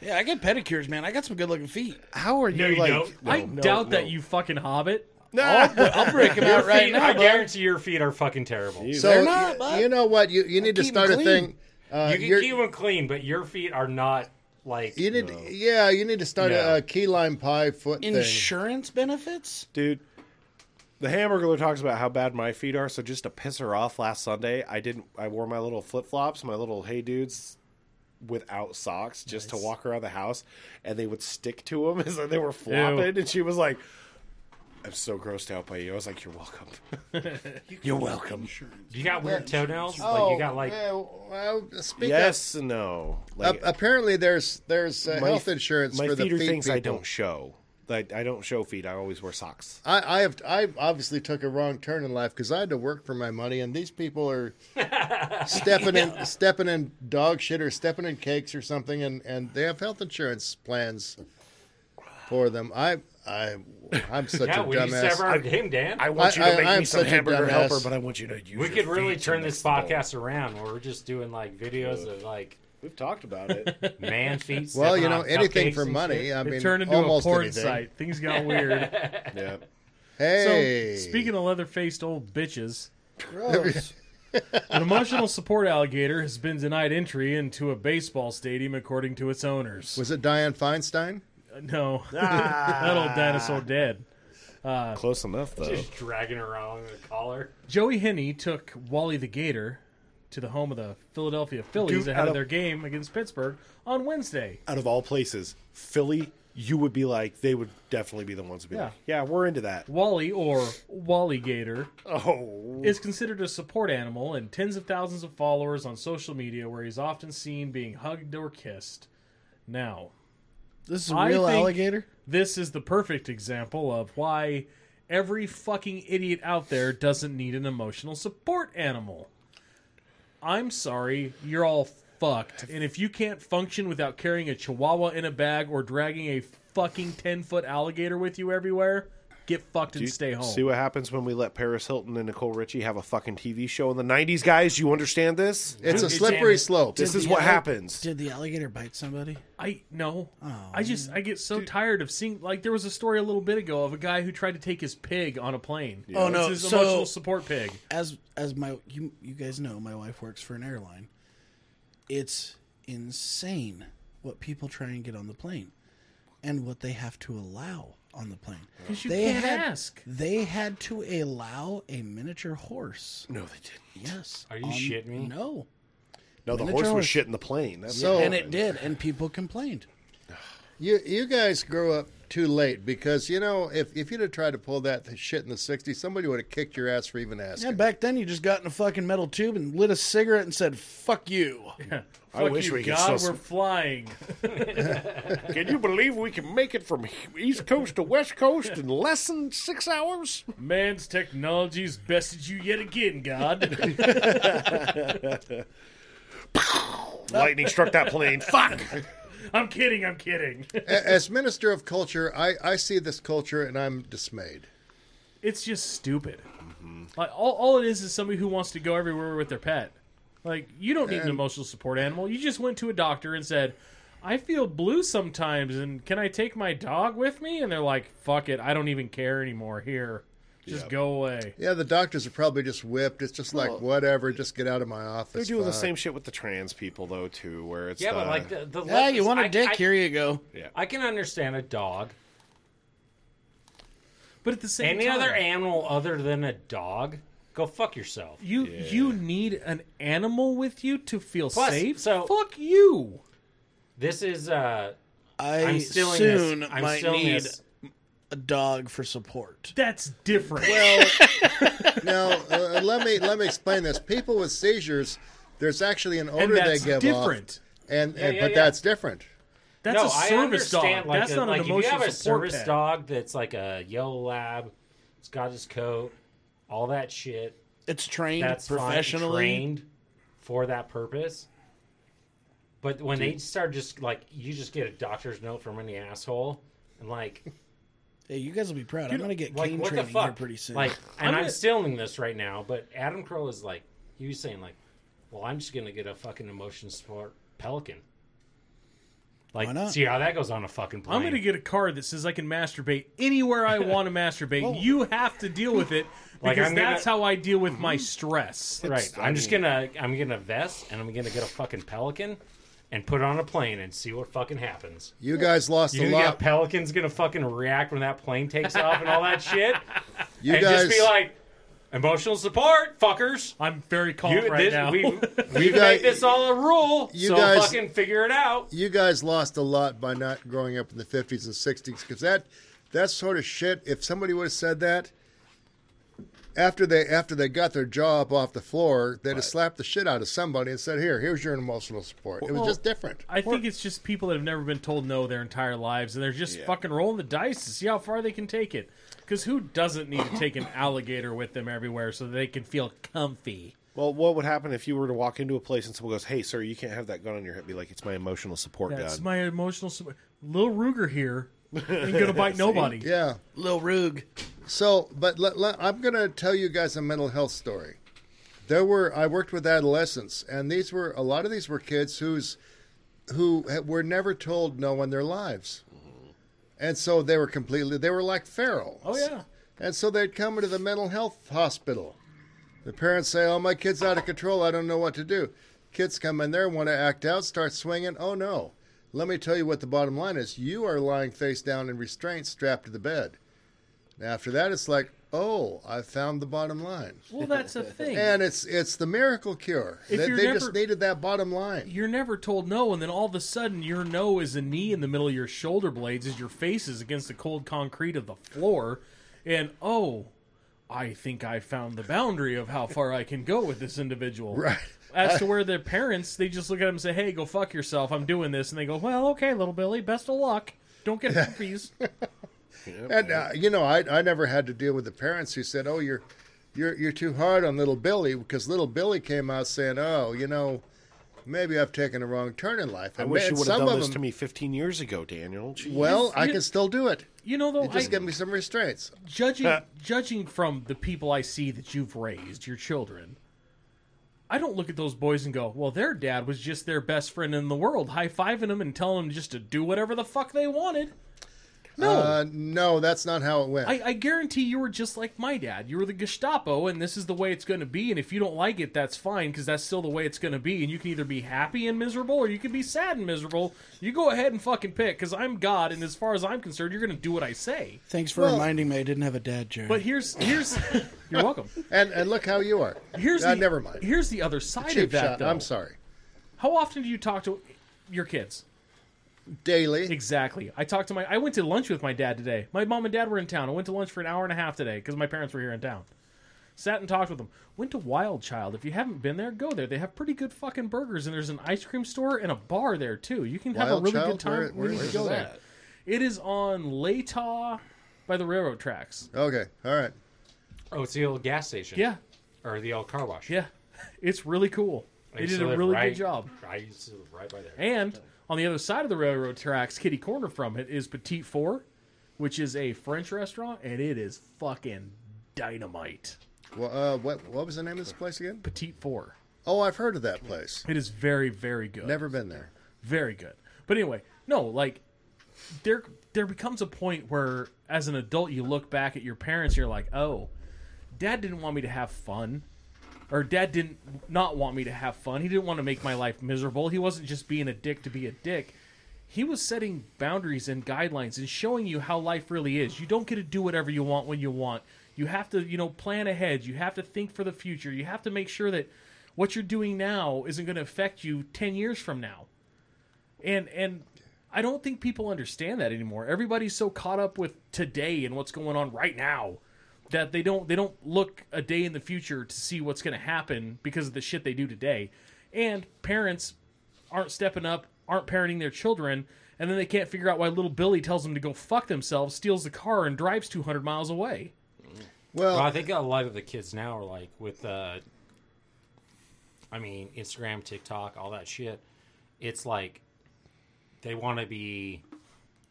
Yeah, I got pedicures, man. I got some good looking feet. How are you? you like, don't. No, I no, doubt that no. you fucking hobbit. I'll break *laughs* them out right Feet- now. I bud. guarantee your feet are fucking terrible. You, So not, y- bud. you know what? You you need to keep 'em start a clean. thing. Uh, can you're- keep them clean, but your feet are not like. you need, yeah, you need to start No. a, a key lime pie foot thing. Insurance benefits? dude. The hamburger talks about how bad my feet are. So just to piss her off, last Sunday I didn't. I wore my little flip flops, my little hey dudes, without socks, just to walk around the house, and they would stick to them *laughs* as they were flopping. And she was like, "I'm so grossed out by you." I was like, *laughs* "You're welcome. *laughs* You're welcome." You got weird toenails. Oh, like you got like. yeah, well, speak up. Yes, and no. A- Like apparently, there's there's uh, my- health insurance my for the feet feet are things people. I don't show. Like I don't show feet. I always wear socks. I, I have I obviously took a wrong turn in life because I had to work for my money, and these people *laughs* are stepping in stepping in dog shit or stepping in cakes or something, and, and they have health insurance plans for them. I I I'm such Yeah, a we used to have dumbass. our game, Dan. I want you I- to I- make I me am some such a hamburger dumbass. helper, but I want you to use. we your could really feet to turn mix this the bowl. podcast around where we're just doing like videos of like We've talked *laughs* about it. man feet. Well, stepping you know on anything cupcakes for and money. shit. I mean, it turned into a almost porn anything. site. Things *laughs* got weird. yeah. Hey, So, speaking of leather faced old bitches, gross. *laughs* an emotional support alligator has been denied entry into a baseball stadium according to its owners. was it Diane Feinstein? No, that old dinosaur dead. Close enough though. Just dragging her along the collar. Joey Henney took Wally the Gator to the home of the Philadelphia Phillies Dude, ahead out of of- their game against Pittsburgh on Wednesday. Out of all places, Philly, you would be like they would definitely be the ones to be Yeah. like, yeah, we're into that. Wally or Wally Gator Oh, is considered a support animal and tens of thousands of followers on social media where he's often seen being hugged or kissed. Now, This is a I real think- alligator? this is the perfect example of why every fucking idiot out there doesn't need an emotional support animal. I'm sorry, you're all fucked. And if you can't function without carrying a chihuahua in a bag or dragging a fucking 10 foot alligator with you everywhere, get fucked and stay home. See what happens when we let Paris Hilton and Nicole Richie have a fucking TV show in the '90s, guys. You understand this? It's a Dude, slippery damn it. slope. This is the what alli- happens. Did the alligator bite somebody? I no. Oh, I just I get so tired of seeing like there was a story a little bit ago of a guy who tried to take his pig on a plane. Oh, It's no, his so- emotional support pig. As as my you you guys know, my wife works for an airline. It's insane what people try and get on the plane and what they have to allow on the plane. 'Cause you They can't had- ask. They had to allow a miniature horse. No, they didn't. Yes. Are you shitting me? No. No, the Miniature horse horse. was shitting the plane. That's So- what and it happened. did, and people complained. You you guys grew up too late because you know if, if you'd have tried to pull that shit in the '60s, somebody would have kicked your ass for even asking. Yeah, back then you just got in a fucking metal tube and lit a cigarette and said, "Fuck you." I Fuck wish you, we could God, still. we're flying. *laughs* *laughs* Can you believe we can make it from East Coast to West Coast in less than six hours? Man's technology's bested you yet again, *laughs* God. Lightning struck that plane. Fuck! I'm kidding, I'm kidding. *laughs* A- As minister of culture, I, I see this culture and I'm dismayed. It's just stupid. Mm-hmm. Like all, all it is is somebody who wants to go everywhere with their pet. Like you don't need an emotional support animal. You just went to a doctor and said, "I feel blue sometimes, and can I take my dog with me?" And they're like, "Fuck it, I don't even care anymore. Here, just go away." Yeah, the doctors are probably just whipped. It's just like whatever, just get out of my office. They're doing the fuck. same shit with the trans people though, too, where it's Yeah, the, but like the the *laughs* Yeah, you want a I- dick? I- Here you go. I can understand a dog. But at the same Any time, other animal other than a dog, go fuck yourself. you you need an animal with you to feel Plus, safe. so- fuck you. This is uh, I I'm stealing soon this. I'm might stealing need this. a dog for support. That's different. Well, now uh, let me let me explain this. People with seizures, there's actually an odor and they that's give different. off, and, and yeah, but yeah. that's different. That's no, a I service understand. dog. Like that's a, not like an if you emotional have a support service pet. dog that's like a yellow lab, it's got his coat, all that shit. It's trained That's fine, professionally. trained for that purpose. But when they start just like you just get a doctor's note from any asshole and like Hey, you guys will be proud. I'm gonna get like cane what the training fuck here pretty soon. Like, and I'm I'm, gonna- stealing this right now, but Adam Crow is like, he was saying like, well, I'm just gonna get a fucking emotion support pelican. Like, Why not? see how that goes on a fucking plane. I'm going to get a card that says I can masturbate anywhere *laughs* I want to masturbate. You have to deal with it because Like, I'm gonna- Mm-hmm. that's how I deal with my stress. right. I'm just gonna I'm gonna vest and I'm gonna get a fucking pelican and put it on a plane and see what fucking happens. You guys lost You a think that lot. pelican's gonna fucking react when that plane takes off and all that *laughs* shit? you and guys, just be like, emotional support, fuckers. I'm very calm You, right this, now. *laughs* We've, you we've guys- made this all a rule, you so guys- fucking figure it out. you guys lost a lot by not growing up in the 50s and 60s because that that sort of shit if somebody would have said that after they after they got their jaw up off the floor they'd have slapped the shit out of somebody and said here here's your emotional support it was Well- just different *laughs* I think it's just people that have never been told no their entire lives, and they're just fucking rolling the dice to see how far they can take it. Because who doesn't need to *laughs* take an alligator with them everywhere so they can feel comfy? Well, what would happen if you were to walk into a place and someone goes, "Hey, sir, you can't have that gun on your hip." Be like, "It's my emotional support That's gun." my emotional. Support. Lil Ruger here ain't gonna *laughs* bite nobody. yeah Lil Rug. So, but let, let- I'm going to tell you guys a mental health story. There were I worked with adolescents, and these were a lot of these were kids who's who ha- were never told no in their lives, and so they were completely they were like feral. Mm-hmm. Oh yeah. And so they'd come into the mental health hospital. The parents say, "Oh, my kid's out of control. I don't know what to do." Kids come in there, want to act out, start swinging. Oh no! Let me tell you what the bottom line is: you are lying face down in restraints, strapped to the bed. And after that, it's like, "Oh, I found the bottom line." Well, that's the thing. And it's it's the miracle cure. If They, you're they never- just needed that bottom *laughs* line. you're never told no, and then all of a sudden your no is a knee in the middle of your shoulder blades as your face is against the cold concrete of the floor, and oh, I think I found the boundary of how far I can go with this individual. Right. As to where their parents, they just look at them and say, "Hey, go fuck yourself. I'm doing this," and they go, "Well, okay, little Billy, best of luck. Don't get *laughs* herpes." And uh, you know, I I never had to deal with the parents who said, "Oh, you're you're you're too hard on little Billy," because little Billy came out saying, "Oh, you know, maybe I've taken a wrong turn in life." I And wish man, you would have some done of this them- to me 15 years ago, Daniel. Jeez. Well, I you- can still do it. You know, though, I, Just give me some restraints. judging judging from the people I see that you've raised, your children, I don't look at those boys and go, "Well, their dad was just their best friend in the world, high fiving them and telling them just to do whatever the fuck they wanted." No, Uh, no, that's not how it went. I, I guarantee you were just like my dad. You were the Gestapo, and this is the way it's going to be. And if you don't like it, that's fine because that's still the way it's going to be. And you can either be happy and miserable, or you can be sad and miserable. You go ahead and fucking pick because I'm God, and as far as I'm concerned, you're going to do what I say. Thanks for reminding me I didn't have a dad, Jerry. But here's here's *laughs* you're welcome. and and look how you are. Here's Uh, the, never mind. Here's the other side Cheap of that, shot. though. I'm sorry. How often do you talk to your kids? Daily. Exactly. I talked to my. I went to lunch with my dad today. My mom and dad were in town. I went to lunch for an hour and a half today because my parents were here in town. Sat and talked with them. Went to Wild Child. If you haven't been there, go there. They have pretty good fucking burgers, and there's an ice cream store and a bar there too. You can have a Wild really Child? good time. Where- where- you need to where's go that? there. It is on Latah by the railroad tracks. Okay. All right. Oh, it's the old gas station. Yeah, Or the old car wash. yeah. *laughs* It's really cool. I They used did to a live really right- good job. I used to live right by there. And on the other side of the railroad tracks, kitty corner from it is Petit Four, which is a French restaurant, and it is fucking dynamite. Well, uh, what what was the name of this place again? Petit Four. Oh, I've heard of that place. It is very, very good. Never been there. very good. But anyway, no, like there there becomes a point where as an adult you look back at your parents, you're like, "Oh, dad didn't want me to have fun." Or dad didn't not want me to have fun. He didn't want to make my life miserable. He wasn't just being a dick to be a dick. He was setting boundaries and guidelines and showing you how life really is. You don't get to do whatever you want when you want. You have to, you know, plan ahead. You have to think for the future. You have to make sure that what you're doing now isn't going to affect you 10 years from now and and I don't think people understand that anymore. Everybody's so caught up with today and what's going on right now that they don't they don't look a day in the future to see what's going to happen because of the shit they do today. And parents aren't stepping up, aren't parenting their children, and then they can't figure out why little Billy tells them to go fuck themselves, steals the car and drives 200 miles away. Well, Well, I think a lot of the kids now are like with, uh, I mean, Instagram, TikTok, all that shit. It's like they want to be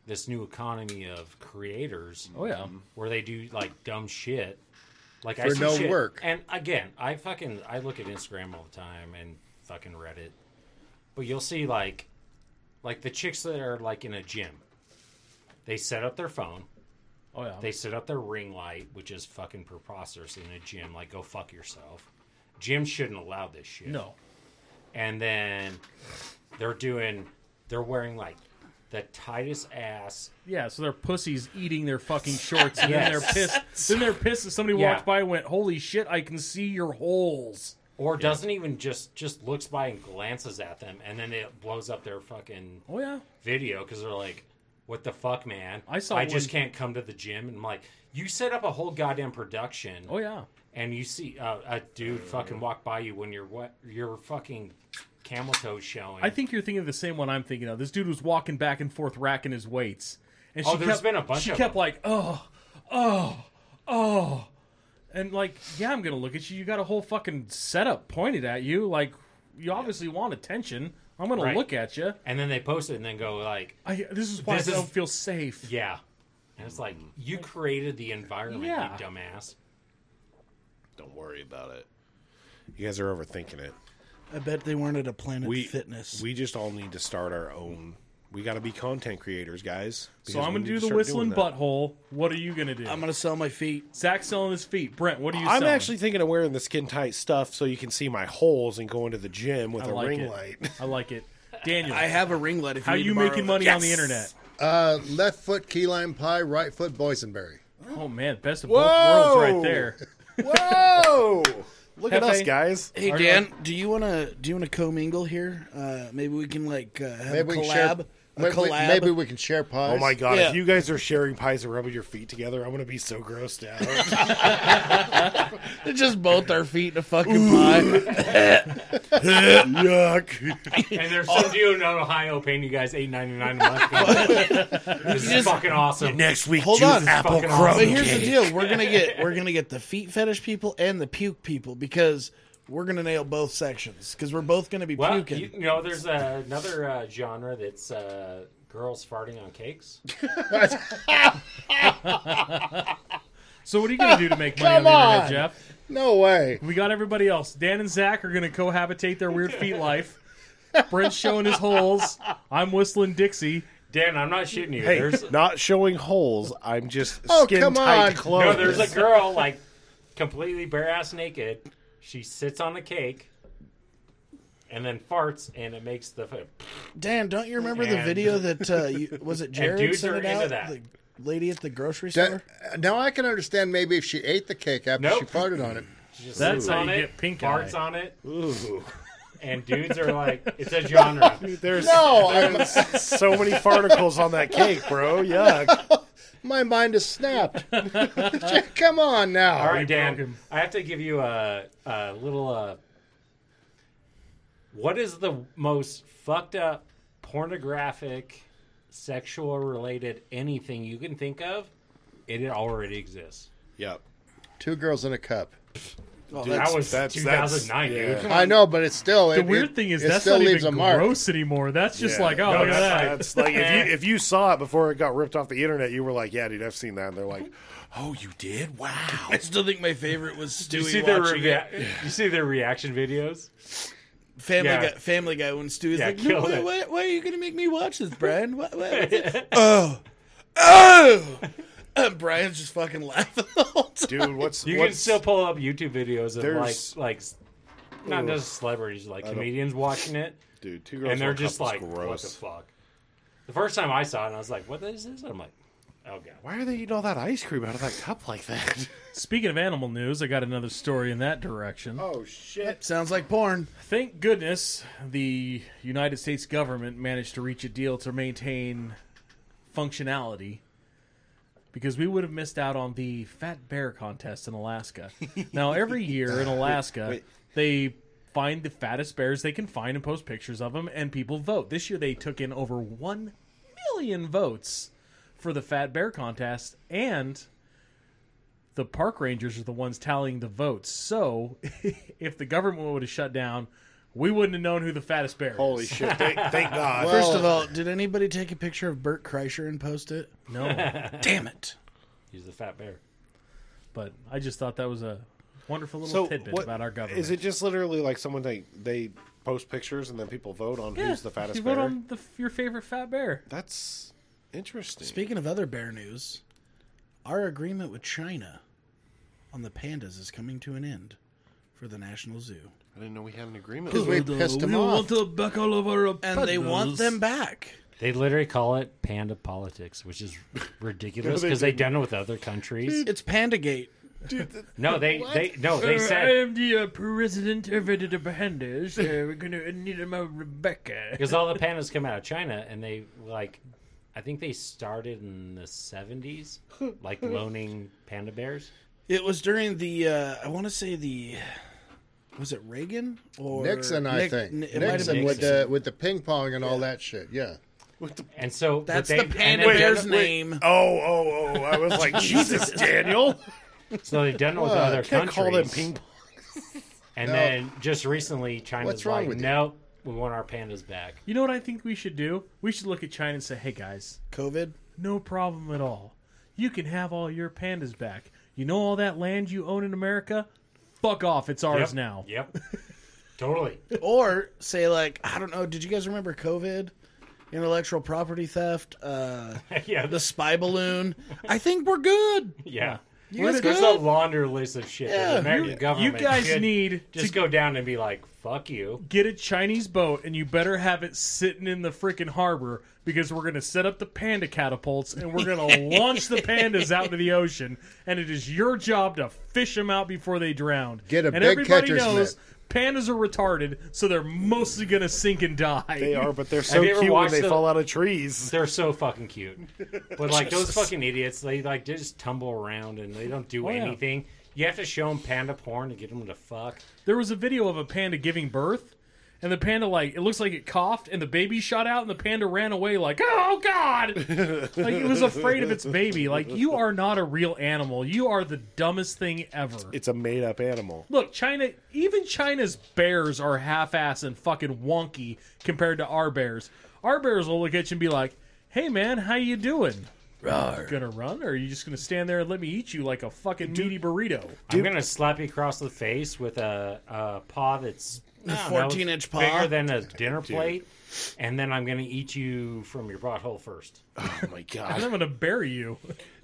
this new economy of creators Oh yeah. where they do like dumb shit, like I For see no shit- work. And again, I fucking I look at Instagram all the time and fucking Reddit, but you'll see like like the chicks that are like in a gym, they set up their phone. Oh yeah. They set up their ring light, which is fucking preposterous in a gym. Like, go fuck yourself. Gyms shouldn't allow this shit. no. And then they're doing, they're wearing like the tightest ass. Yeah, so their pussies eating their *laughs* fucking shorts, and then they're Yes. pissed. Then they're pissed that somebody Yeah. walked by and went, "Holy shit, I can see your holes." Or doesn't even just just looks by and glances at them, and then it blows up their fucking Oh yeah, video because they're like, "What the fuck, man? I saw I just one- can't come to the gym." And I'm like, "You set up a whole goddamn production." oh yeah. and you see uh, a dude fucking walk by you when you're what your fucking camel toe showing. I think you're thinking of the same one I'm thinking of. This dude was walking back and forth, racking his weights, and she Oh, there's kept, been a bunch She of kept like, "Oh, oh, oh," and like, "Yeah, I'm gonna look at you. You got a whole fucking setup pointed at you. Like, you obviously want attention. I'm gonna Right. look at you. and then they post it and then go like, I, this is why This I is- don't feel safe." "Yeah," and it's like you created the environment, Yeah. you *laughs* dumbass. Don't worry about it. You guys are overthinking it. I bet they weren't at a Planet We Fitness. We just all need to start our own. We got to be content creators, guys. So I'm gonna do the whistling whistling butthole. What are you gonna do? I'm gonna sell my feet. Zach selling his feet. Brent, what are you? I'm selling? actually thinking of wearing the skin tight stuff so you can see my holes and go into the gym with I a like ring it. light. *laughs* I like it. Daniel, I have a ring light. If how you, need you to borrow making it. money on the Yes! internet? uh, left foot key lime pie, right foot boysenberry. Oh man, best of Whoa! both worlds right there. Whoa! Look at Hefe. us, guys. Hey Are you Dan, do you wanna do you wanna commingle here? Uh, maybe we can like uh, have *laughs* Maybe a we can share. collab. A Maybe, we- collab. maybe we can share pies. Oh my god! Yeah. If you guys are sharing pies and rubbing your feet together, I'm gonna be so grossed *laughs* out. It's just both our feet in a fucking pie. Yuck! And there's some dude in Ohio paying you guys eight ninety nine a *laughs* month. this is fucking awesome. Next week, Hold choose on. apple Fucking crumb awesome. But here's the cake. deal: we're gonna get we're gonna get the feet fetish people and the puke people because we're gonna nail both sections because we're both gonna be Well, puking. you, you know, there's uh, another uh, genre that's uh, girls farting on cakes. So what are you gonna do to make money *laughs* on the internet, Jeff? No way. We got everybody else. Dan and Zach are gonna cohabitate their weird *laughs* feet life. Brent's showing his holes. I'm whistling Dixie. Dan, I'm not shitting you. Hey, There's not showing holes. I'm just Oh, skin come tight on. *laughs* No, clothes. there's a girl like completely bare ass naked. She sits on a cake and then farts, and it makes the food. Dan, don't you remember the And- video that uh, you, was it Jared dudes sent are it into out? that. The lady at the grocery That- uh, store. now I can understand maybe if she ate the cake after she Nope. farted on it. She just That's sits how on you it, get pink farts eye. on it, Ooh. *laughs* and dudes are like, *laughs* it's a genre. *laughs* There's No, I'm, so many farticles on that cake, bro. Yuck. my mind is snapped. *laughs* Come on now. All right, broke Dan, him. I have to give you a, a little. Uh, what is the most fucked up pornographic, sexual related anything you can think of? It already exists. Yep. Two girls in a cup. Oh, dude, that's- That was That's- that's- 2009, dude. yeah. I know, but it's still The weird thing is it that's still not leaves even a mark. gross anymore. That's just Yeah. like, oh, No, look at that's- that. That's like if you if you saw it before it got ripped off the internet, you were like, "Yeah, dude, I've seen that." And they're like, "Oh, you did? Wow!" I still think my favorite was You Stewie see their watching it. rea- you see their reaction videos. Family yeah. Guy. Family Guy when Stewie's Yeah, like, no, kill why, it." why, why are you gonna make me watch this, Brian? Why, why, what's *laughs* it?" oh, oh. And Brian's just fucking laughing the whole time. Dude, what's You can what's- still pull up YouTube videos of There's- like like not just celebrities, like don't- comedians watching it, dude? Two girls and they're One Cup just was like, "What the gross. fuck." The first time I saw it, I was like, "What is this?" I'm like, Oh god. Why are they eating all that ice cream out of that cup like that? Speaking of animal news, I got another story in that direction. Oh shit! Sounds like porn. Thank goodness the United States government managed to reach a deal to maintain functionality because we would have missed out on the Fat Bear contest in Alaska. *laughs* now, every year in Alaska, they find the fattest bears they can find and post pictures of them, and people vote. This year, they took in over 1 million votes for the Fat Bear contest, and the park rangers are the ones tallying the votes. So, *laughs* if the government would have shut down, we wouldn't have known who the fattest bear is. Holy shit! Thank, thank God. Well- First of all, did anybody take a picture of Bert Kreischer and post it? *laughs* No, Damn it. He's the fat bear. but I just thought that was a wonderful little so tidbit what- about our government. Is it just literally like someone they they post pictures and then people vote on Yeah, who's the You fattest vote bear? on the, your favorite fat bear. That's interesting. Speaking of other bear news, our agreement with China on the pandas is coming to an end for the National Zoo. I didn't know we had an agreement. Because we pissed them off. to back all of our And they want them back. They literally call it panda politics, which is ridiculous because they've done it with other countries. It's Pandagate. No, they they no they said am the uh, president of the Pandas. Uh, we're going to need my Rebecca. because all the pandas come out of China and they like, I think they started in the seventies, like loaning panda bears. It was during the, uh, I want to say the, was it Reagan or Nixon, I Nick- think Ni- it might have Nixon been with Nixon. the with the ping pong and all that shit. Yeah, And so but That's they- the panda and they've bear's done it- name. Oh, oh, oh! I was like, Jesus, Daniel. So they've done it with other Can't countries. call them ping pong. And then just recently, China's What's wrong like, with you? no, we want our pandas back. You know what I think we should do? We should look at China and say, hey, guys, COVID. no problem at all. You can have all your pandas back. You know all that land you own in America? Fuck off. It's ours Yep. now. Yep. totally. *laughs* or say like i don't know did you guys remember covid intellectual property theft uh *laughs* yeah. the spy balloon i think we're good yeah. you guys There's good? a launder list of shit that Yeah. the American You government guys should need to just go down and be like, fuck you. get a Chinese boat and you better have it sitting in the freaking harbor because we're going to set up the panda catapults and we're going to launch the pandas out into the ocean and it is your job to fish them out before they drown. Get a and big everybody catcher's knows mitt. pandas are retarded so they're mostly going to sink and die. They are, but they're so you ever cute when watched they the- fall out of trees. They're so fucking cute. But like those fucking idiots, they like they just tumble around and they don't do Oh, yeah. anything. You have to show them panda porn to get them to fuck. There was a video of a panda giving birth and the panda like it looks like it coughed and the baby shot out and the panda ran away like oh god like it was afraid of its baby like you are not a real animal you are the dumbest thing ever It's a made-up animal. Look, China, even China's bears are half ass and fucking wonky compared to our bears. Our bears will look at you and be like, "Hey man, how you doing? Gonna run, or are you just gonna stand there and let me eat you like a fucking meaty burrito?" I'm gonna slap you across the face with a, a paw that's I don't know, 14-inch paw? bigger than a dinner plate, and then I'm gonna eat you from your butthole first. Oh my And god, I'm *laughs* gonna bury you.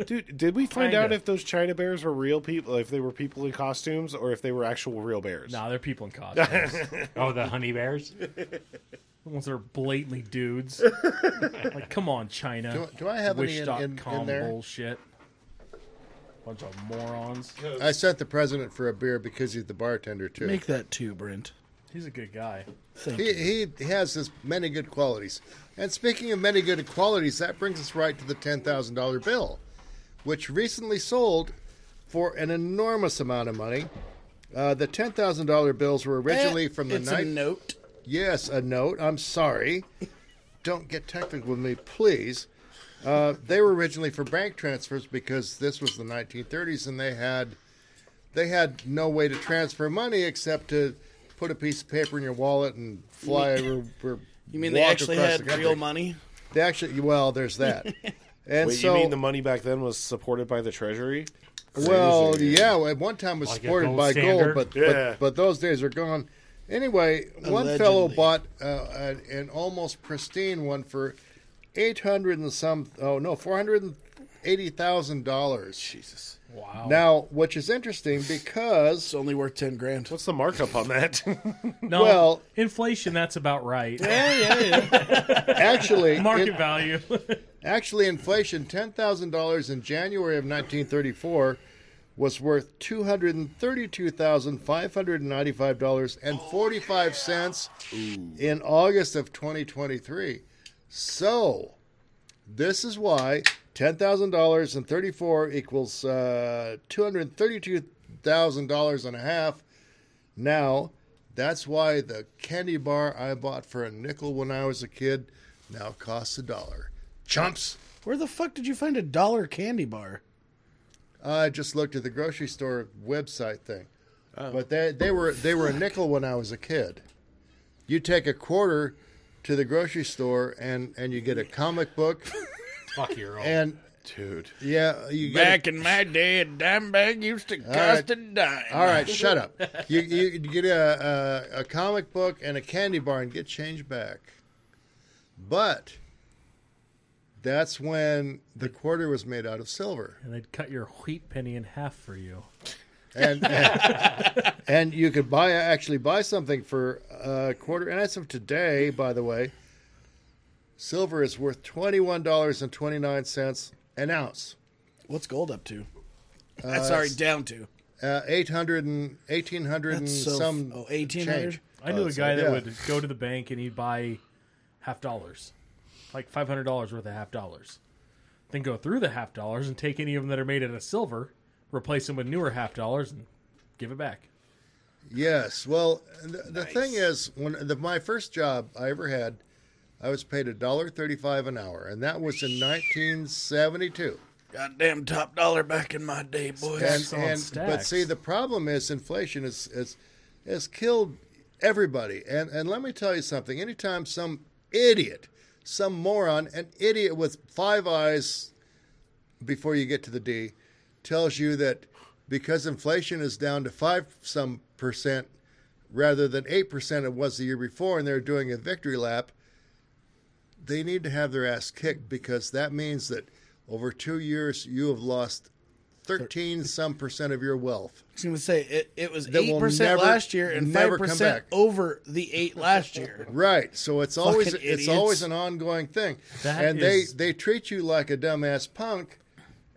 dude! Did we find Kinda. out if those China bears were real people, if they were people in costumes, or if they were actual real bears? nah, they're people in costumes. Oh, the honey bears. the ones that are blatantly dudes. like, come on, China. Do- do I have any in- Wish.com in- in there? bullshit? Bunch of morons. I sent the president for a beer because he's the bartender too. make that two brent He's a good guy. thank you He, he has his many good qualities. And speaking of many good qualities, that brings us right to the $10,000 bill, which recently sold for an enormous amount of money. Uh, the $10,000 bills were originally Eh, from the it's a night. note Yes, a note. I'm sorry. Don't get technical with me, please. Uh, they were originally for bank transfers because this was the 1930s, and they had they had no way to transfer money except to put a piece of paper in your wallet and fly over. or you mean they walk actually across had the country. real money They actually, well, there's that. *laughs* And Wait, so, you mean the money back then was supported by the treasury? Well, Crazy. yeah, well, at one time it was Like a supported gold by standard? gold, but, Yeah. but but those days are gone. Anyway, one fellow Allegedly. bought uh, an, an almost pristine one for eight hundred and some. Oh no, four hundred and eighty thousand dollars. Jesus, Wow. Now, which is interesting because it's only worth 10 grand what's the markup on that? *laughs* No, well- inflation, that's about right. yeah yeah yeah actually, Market it- value. *laughs* Actually, inflation ten thousand dollars in January of nineteen thirty four was worth two hundred and thirty two thousand five hundred and ninety five dollars and forty five cents in August of twenty twenty three. So this is why ten thousand dollars and thirty four equals uh, two hundred thirty two thousand dollars and a half. Now, that's why the candy bar I bought for a nickel when I was a kid now costs a dollar. Chumps! Where the fuck did you find a dollar candy bar? I just looked at the grocery store website thing, but they they were they were a nickel when I was a kid. You take a quarter to the grocery store and and you get a comic book Fuck your own. and Dude. yeah you get a- Back in my day, a dime bag used to cost right. a dime. All right, shut up. You, you you get a, a a comic book and a candy bar and get change back. But that's when the quarter was made out of silver, and they'd cut your wheat penny in half for you. *laughs* and and, and you could buy actually buy something for a quarter. And as of today, by the way, silver is worth twenty one dollars and twenty nine cents an ounce. What's gold up to? Uh, Sorry, down to. Uh, 800 and 1800 and That's so f- some oh, 1800? change. I knew Oh, a so- guy that yeah. would go to the bank and he'd buy half dollars, like five hundred dollars worth of half dollars. Then go through the half dollars and take any of them that are made out of silver, replace them with newer half dollars, and give it back. Yes. Well, the, the thing is, when the, my first job I ever had, I was paid a dollar thirty-five an hour, and that was in 1972. Goddamn top dollar back in my day, boys. And, Stacks on and but stacks. see, the problem is inflation is is has killed everybody. And and let me tell you something. Anytime some idiot, some moron, an idiot with five eyes, before you get to the D, tells you that because inflation is down to five some percent rather than eight percent it was the year before, and they're doing a victory lap. They need to have their ass kicked because that means that over two years you have lost thirteen some percent of your wealth. I was going to say, it, it was That will 8% never- last year and never come 5% back. over the 8 last *laughs* year. Right. So it's always Fucking it's idiots. always an ongoing thing, That and is- they they treat you like a dumbass punk,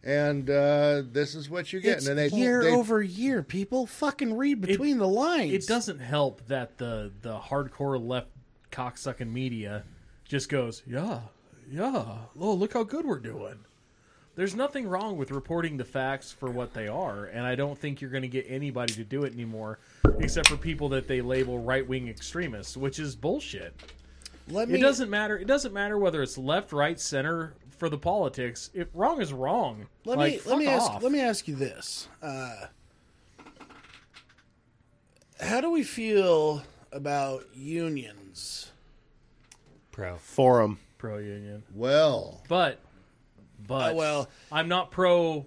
and uh, this is what you get. It's and they year they- over year, people. Fucking read between the lines. It doesn't help that the the hardcore left cocksucking media just goes, yeah, yeah. Oh, look how good we're doing. There's nothing wrong with reporting the facts for what they are, and I don't think you're going to get anybody to do it anymore, except for people that they label right wing extremists, which is bullshit. Let It doesn't matter. It doesn't matter whether it's left, right, center for the politics. If wrong is wrong, Let Like, me let fuck me off. ask let me ask you this. Uh, how do we feel about unions? Pro. Forum. pro union, well. but but Uh, well, I'm not pro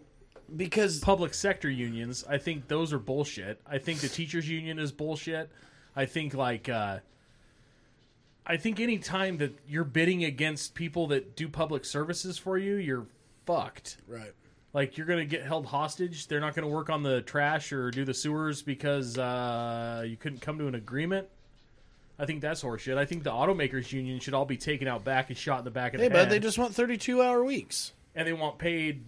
because public sector unions. I think those are bullshit. I think the teachers union is bullshit. I think like uh, I think any time that you're bidding against people that do public services for you, you're fucked. right, Like you're gonna get held hostage. They're not gonna work on the trash or do the sewers because uh, you couldn't come to an agreement. I think that's horseshit. I think the automakers union should all be taken out back and shot in the back of hey, the bud, head, they just want thirty-two hour weeks. and they want paid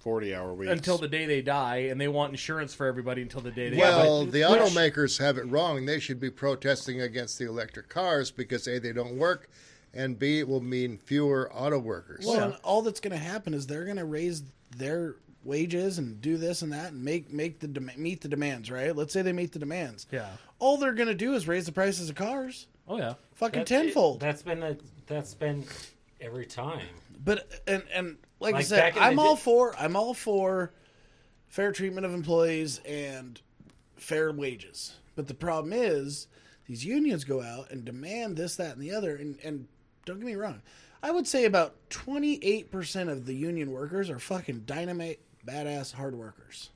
40 hour weeks. until the day they die, and they want insurance for everybody until the day they die. Well, the Which- automakers have it wrong. They should be protesting against the electric cars because A, they don't work, and B, it will mean fewer auto workers. Well, and all that's going to happen is they're going to raise their wages and do this and that and make make the dem- meet the demands. Right? Let's say they meet the demands. Yeah. All they're going to do is raise the prices of cars, Oh yeah. fucking That- tenfold. That's been a, that's been every time. But and and like, I Like, said, back in the I'm all day- for I'm all for fair treatment of employees and fair wages. But the problem is these unions go out and demand this, that, and the other. And and don't get me wrong, I would say about 28 percent of the union workers are fucking dynamite, badass, hard workers.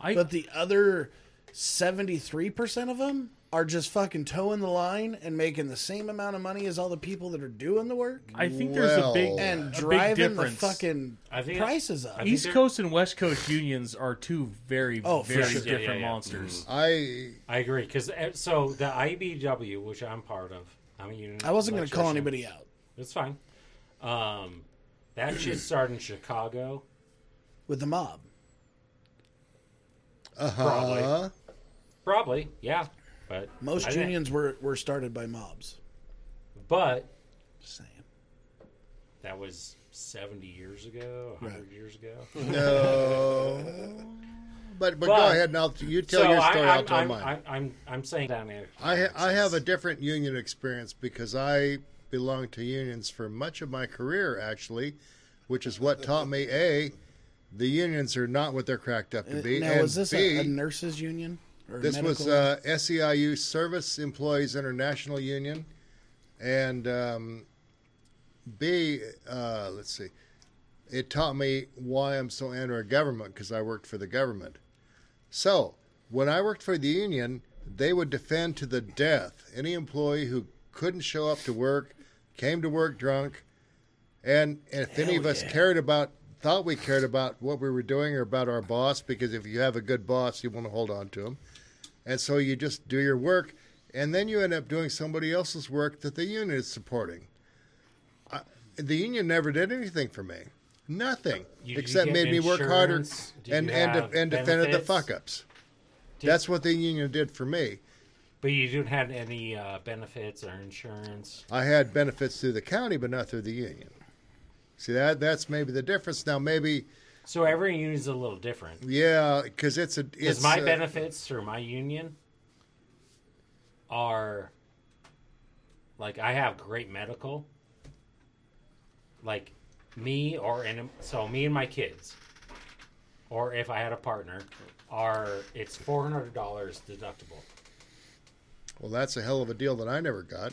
I But the other 73 percent of them are just fucking toeing the line and making the same amount of money as all the people that are doing the work I think there's a big Well- and a driving big the difference. fucking I think- prices up. I think- East Coast and West Coast unions are two very Oh, for very sure. different Yeah, yeah, yeah. monsters. I I agree because so the IBW, which I'm part of, I'm a union. I wasn't going to call electrician. anybody out. It's fine. Um, That shit started in Chicago. with the mob. Uh Probably. huh. Probably, yeah. But Most I didn't- unions were were started by mobs. But Just saying. that was 70 years ago, 100 years ago. No. But, but go But- ahead now. You tell your story. I, I'll I'm, tell I'm, mine. I'm, I'm, I'm saying that man. I ha- I have a different union experience because I belonged to unions for much of my career, actually, which is what taught me a the unions are not what they're cracked up to be, Uh, now and is this b a, a nurses union? Or this medical was uh, SEIU Service Employees International Union, and um, B uh, let's see, it taught me why I'm so anti-government because I worked for the government. So, when I worked for the union, they would defend to the death any employee who couldn't show up to work, came to work drunk, and, and if any of us cared about, thought we cared about what we were doing or about our boss, because if you have a good boss, you want to hold on to him. And so you just do your work, and then you end up doing somebody else's work that the union is supporting. I, the union never did anything for me. Nothing. You- you except get made me work harder insurance? Did and, you and, have and defended the benefits? fuck ups. That's what the union did for me. But you didn't have any uh, benefits or insurance. I had benefits through the county, but not through the union. See that that's maybe the difference. Now maybe So every union's a little different. yeah, because it's a it's Because my uh, benefits through my union are like I have great medical. Like me or and so me and my kids, or if I had a partner, are it's four hundred dollars deductible. Well, that's a hell of a deal that I never got.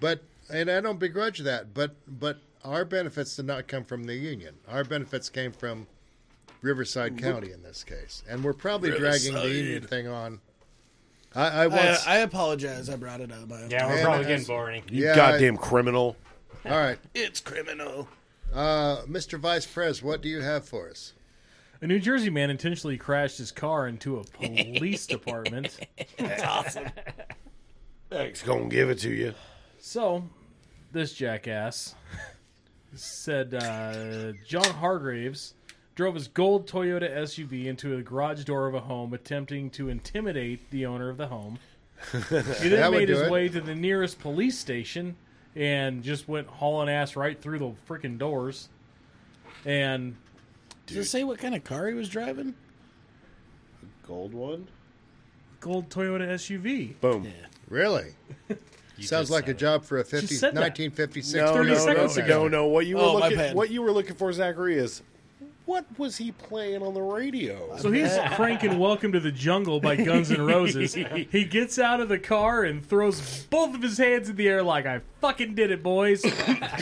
But and I don't begrudge that. But but our benefits did not come from the union. Our benefits came from Riverside County in this case, and we're probably dragging the union thing on. I, I I, once I apologize. I brought it up. I Yeah, we're Man, probably that's- getting boring. You Yeah, I- goddamn criminal. all right, it's criminal. uh, Mr. Vice Pres, what do you have for us? A New Jersey man intentionally crashed his car into *laughs* a police department. He's gonna give it to you. So, this jackass said uh, John Hargraves drove his gold Toyota SUV into a garage door of a home, attempting to intimidate the owner of the *laughs* home. He That then would made do his it. way to the nearest police station and just went hauling ass right through the freaking doors. And Does it say what kind of car he was driving? Gold one. gold Toyota SUV. Boom. Really? Sounds just like a said it. job for a 50, said that. 1956. No, no, 30 no, seconds no, ago. no, no. What you were Oh, my looking, bad. what you were looking for, Zachary, is what was he playing on the radio? So he's cranking "Welcome to the Jungle" by Guns N' *laughs* Roses. He gets out of the car and throws both of his hands in the air like I fucking did it, *laughs* boys.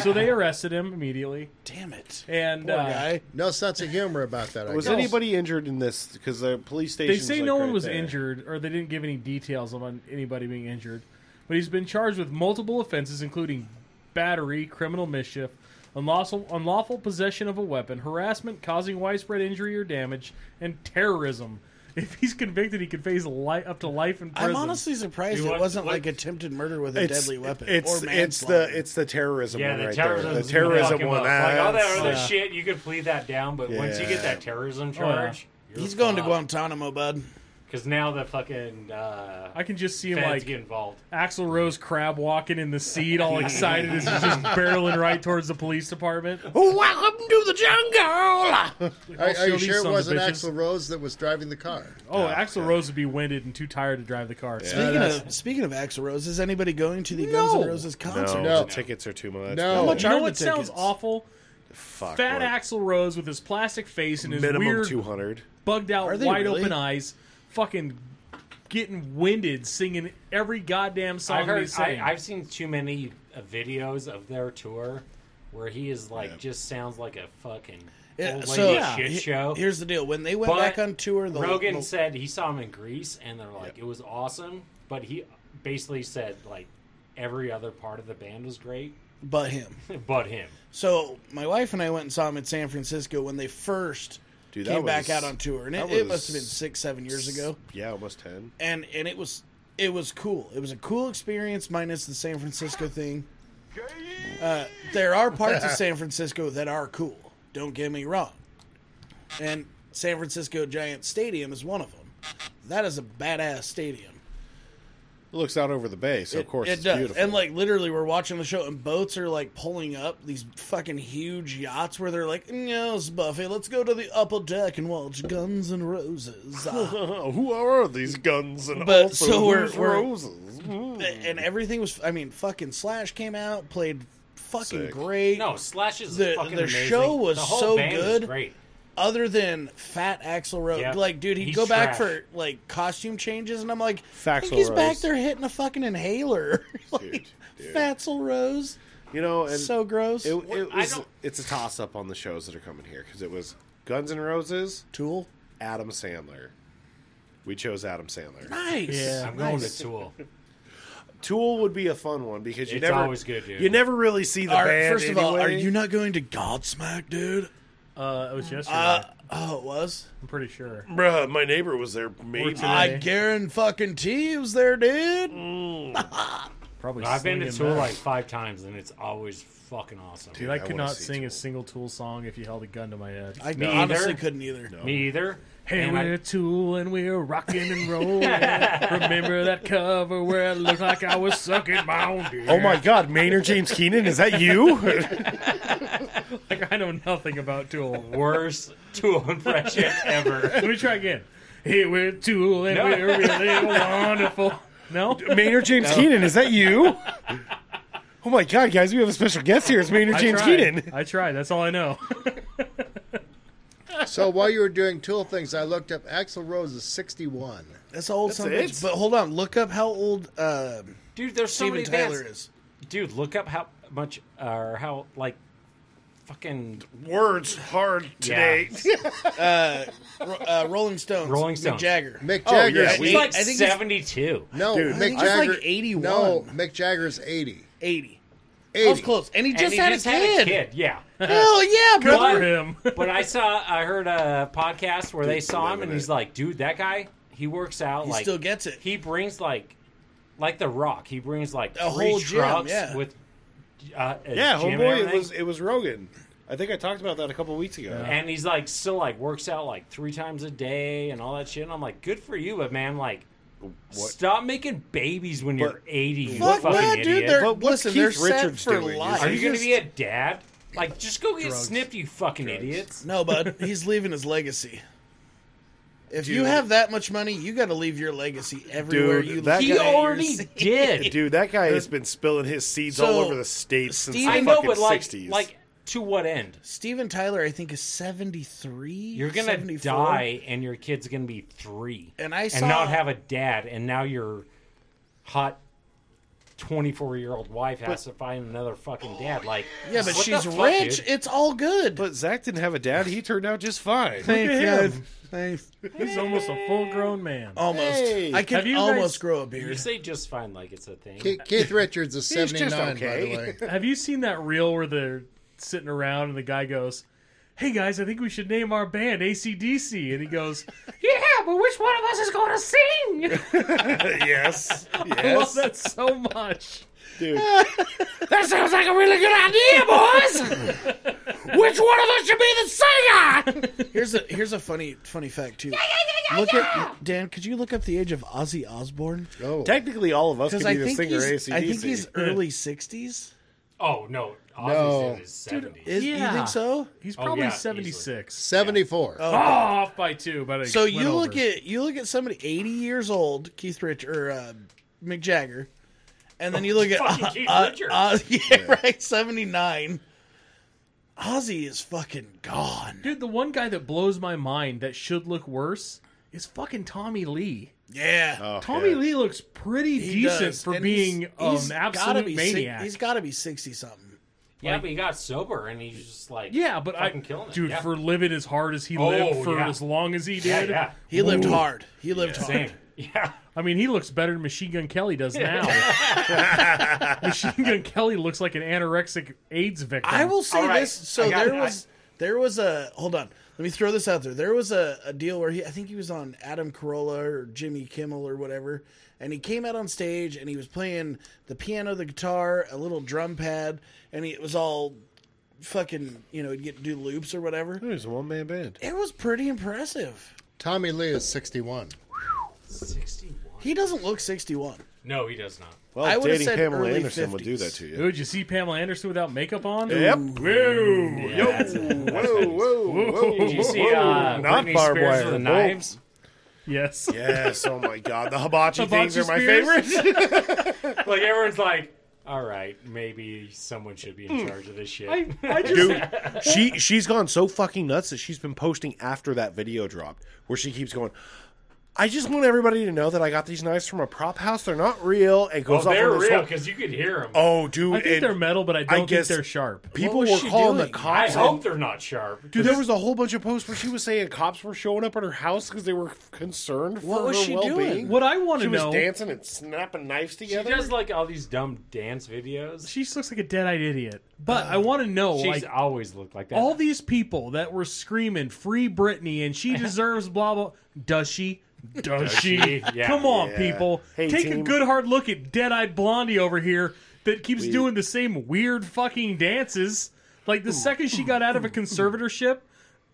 so they arrested him immediately, Damn it. and Poor uh, guy. No sense of humor about that. I was guess. anybody injured in this? Because the police station. they say no one was injured, or they didn't give any details on anybody being injured. But he's been charged with multiple offenses, including battery, criminal mischief, unlawful unlawful possession of a weapon, harassment, causing widespread injury or damage, and terrorism. *laughs* If he's convicted, he could face li- up to life in prison. I'm honestly surprised You it want- wasn't what- like attempted murder with a It's, deadly weapon It's or it's the manslaughter. it's the terrorism Yeah, one the right terrorism. there. The terrorism one. Ah, Like Oh, all that that's- uh, other shit, you could plead that down, but once you Yeah. get that terrorism charge, you're He's going to fucked. Guantanamo, bud. Because now the fucking uh, I can just see him feds like get involved. Axl Rose crab walking in the seat, all excited as he's *laughs* just barreling right towards the police department. Oh, Welcome to the jungle. Are, I'll are you steal these sure it sons of wasn't bitches. Axl Rose that was driving the car? Oh, Axl Rose would be winded and too tired to drive the car. Speaking of speaking of Axl Rose, is anybody going to the Guns N' No. Roses No, concert? No. the tickets are too much. No. How much You know are what the sounds tickets? awful? Fuck. Fat like, Axl Rose with his plastic face and his Minimum weird, two hundred. bugged out, Are they wide really? open eyes, fucking getting winded, singing every goddamn song I've that heard. he's I, singing. I've seen too many uh, videos of their tour where he is like just sounds like a fucking Yeah, old lady so shit he- show. here's the deal: when they went But back on tour, the Rogan the- said he saw him in Greece, and they're like, it was awesome. But he basically said like every other part of the band was great, but him. but him. So my wife and I went and saw him in San Francisco when they first Dude, that came back was- out on tour, and it, that it was- must have been six, seven years ago. Yeah, almost ten. And and it was it was cool. It was a cool experience, minus the San Francisco thing. Uh, there are parts *laughs* of San Francisco that are cool. Don't get me wrong. And San Francisco Giants Stadium is one of them. That is a badass stadium. It looks out over the bay, so of course it it's does. beautiful. And like literally, we're watching the show, and boats are like pulling up these fucking huge yachts where they're like, "Yes, Buffy, let's go to the upper deck and watch Guns and Roses." Ah. *laughs* Who are these guns and But, also so we're- whose we're- roses? *laughs* Mm. and everything was, I mean, fucking Slash came out, played fucking Sick. great. No, Slash is The- fucking the amazing. show was the whole so band is good. great. Other than Fat Axel Rose, Yep. like, dude, he'd He's go back trash. for like costume changes, and I'm like, I Faxel think he's back Rose. there hitting a fucking inhaler, *laughs* like Dude, dude. Fatzel Rose. You know, and so gross. It, it I was, don't- it's a toss up on the shows that are coming here because it was Guns N' Roses, Tool, Adam Sandler. We chose Adam Sandler. nice. Yeah. I'm going *laughs* to Tool. Tool would be a fun one because you It's never always good, dude. You never really see the Are- band. first of all, are anyway. you not going to Godsmack, dude? Uh, it was yesterday. Uh, oh, it was. I'm pretty sure. Bruh, my neighbor was there. Maybe today. I guarantee fucking T was there, dude. Mm. Probably. I've been to slinging Tool meth. like five times, and it's always fucking awesome. Dude, I I could wanna not see sing a Tool. single Tool song if you held a gun to my head. I Me honestly either. couldn't either. No. Me either. Hey, And I- we're Tool and we're rocking and *laughs* rolling. Remember that cover where it looked like I was sucking my own dick? Oh my God, Maynard James Keenan, is *laughs* that you? Like I know nothing about Tool. *laughs* worst *laughs* Tool impression ever. Let me try again. Hey, we're Tool and No. we're *laughs* really wonderful. *laughs* No, Maynard James Keenan, is that *laughs* you? Oh my God, guys, we have a special guest here. It's Maynard I James tried. Keenan. I tried. That's all I know. So while you were doing tool things, I looked up Axl Rose is 61. That's old That's some it? bitch. But hold on, look up how old uh, Dude, there's so Steven many Tyler bands. is. Dude, look up how much or how like fucking Words hard today. Ro- uh, Rolling Stones. Rolling Mick Stones. Jagger. Mick Oh, yeah, Jagger. we- It's Eight- like I think he's- 72. no, Dude, Mick he's like Jagger. 81. No, Mick Jagger's 80. 80. I 80. was close. And he And just, he had, just a had a kid. kid. Yeah. Hell yeah, brother. For *laughs* him. But I saw, I heard a podcast where they saw him, and eliminate. he's like, "Dude, that guy, he works out. He like, still gets it. He brings like, like the Rock. He brings like A three whole gym, trucks yeah. with, uh, a Yeah, gym and homeboy, it everything. was it was Rogan. I think I talked about that a couple weeks ago. and he's like still like works out like three times a day and all that shit. And I'm like, good for you, but man, like, stop making babies when you're But- 80. You Fuck fucking that, idiot. dude. They're, But what's listen, Keith they're set Richards for doing? Is life. Are you going to just- be a dad? Like, just go get snipped, you fucking idiots. No, bud. He's leaving his legacy. If you have that much money, you got to leave your legacy everywhere Dude, you that leave He guy- your already seat. *laughs* did. Dude, that guy has been spilling his seeds all So, over the states since Steven- the I know, fucking but like, 60s. like to what end? Steven Tyler, I think, is 73. You're gonna 74. die, and your kid's gonna be three, And I saw- not have a dad, and now your hot twenty-four-year-old wife has to find another fucking dad. Like, Yeah, but what the she's fuck, rich. dude? it's all good. but Zach didn't have a dad. He turned out just fine. Look at him. Thanks. *laughs* He's almost a full-grown man. Oh. Almost. Hey. I can Have you almost guys- grow a You beard. say just fine, like it's a thing. Ke- Keith Richards is He's just 79, by okay. *laughs* the way. Have you seen that reel where they're sitting around and the guy goes, Hey guys, I think we should name our band ACDC. And he goes, *laughs* Yeah, but which one of us is going to sing? *laughs* *laughs* yes. I love Yes. that so much. Dude. That sounds like a really good idea, boys. Which one of us should be the singer? Here's a here's a funny funny fact too. look at Dan. Could you look up the age of Ozzy Osbourne? Oh. Technically, all of us could Because be I the think singer he's, ACDC. I think he's early sixties. *laughs* Oh no, No. obviously it's seventy. Is Yeah. you think so? He's Oh, probably yeah, 76. 74. Oh, off by two. But I So went you look over. at you look at somebody eighty years old, Keith Rich or uh, Mick Jagger, and then you *laughs* look at Fucking Keith uh, Richards. uh, *laughs* yeah, right seventy nine. Ozzy is fucking gone. Dude, the one guy that blows my mind that should look worse is fucking Tommy Lee. Oh, Yeah, Tommy Lee looks pretty he decent does. for And being he's- um, he's an gotta absolute be si- maniac. he's got to be sixty something. Yeah, but he got sober, and he's just like, yeah, but I, fucking killing it. dude, Yeah. for living as hard as he Oh, lived for yeah. as long as he did, yeah, yeah, He lived hard. He lived hard. same, yeah. I mean, he looks better than Machine Gun Kelly does *laughs* now. *laughs* Machine Gun Kelly looks like an anorexic AIDS victim. I will say All right, this. So I got there it. was there was a hold on. Let me throw this out there. There was a, a deal where he, I think he was on Adam Carolla or Jimmy Kimmel or whatever, and he came out on stage and he was playing the piano, the guitar, a little drum pad, and he, it was all fucking, you know, he'd get to do loops or whatever. It was a one man band. It was pretty impressive. Tommy Lee is 61. 61. He doesn't look 61. No, he does not. Well, I would've dating said Pamela early Anderson would do that 50s. to you. Dude, you see Pamela Anderson without makeup on? Yep. Whoa. Yeah, that's a- that's Whoa, bad news. whoa, whoa. Did you *laughs* see uh, Not Britney barbed Spears wire. with the Whoa. knives? Yes. Yes, oh my god. The hibachi Hibachi things are my spears? favorite. Like everyone's like, all right, maybe someone should be in charge of this shit. I, I just Dude, she she's gone so fucking nuts that she's been posting after that video dropped where she keeps going I just want everybody to know that I got these knives from a prop house. They're not real. It oh, goes off they're on this real whole- because you could hear them. Oh, dude. I think and they're metal, but I don't think guess- they're sharp. people What were was she calling the doing? I cops. hope and- they're not sharp. Dude, there was a whole bunch of posts where she was saying cops were showing up at her house because they were concerned for What was her she doing? well-being. What I want She to was know, dancing and snapping knives She together. does like all these dumb dance videos. she just looks like a dead-eyed idiot. But I want to know, She's like, always looked like that. all these people that were screaming "Free Britney" and *laughs* she deserves blah blah. Does she? Does she? she? Yeah. Come on, Yeah. people, Hey, take a team. good hard look at dead-eyed Blondie over here that keeps doing the same weird fucking dances. Like the second she got out of a conservatorship.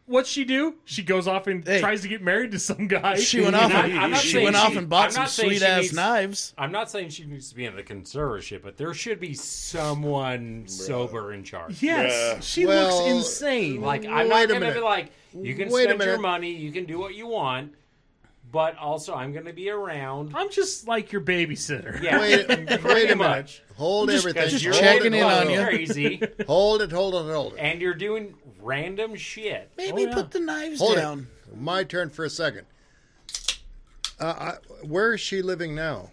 What's she do? She goes off and Hey. tries to get married to some guy. She went off. not- and, I'm not she saying went off she- and bought I'm some not saying she sweet ass needs- knives. I'm not saying she needs to be in the conservatorship, but there should be someone sober in *laughs* charge. Yes, Yeah. she Well, looks insane. Like Wait I'm not a gonna minute. be like, you can Wait a spend your minute. money, you can do what you want, but also I'm gonna be around. I'm just like your babysitter. Yeah, Wait, wait *laughs* pretty a much. minute. Hold everything. Because you're Hold checking it, in hold on it. you. crazy, Hold it, hold it, hold it. and you're doing random shit. Maybe Oh, yeah. put the knives Hold down. it. My turn for a second. Uh, I, where is she living now?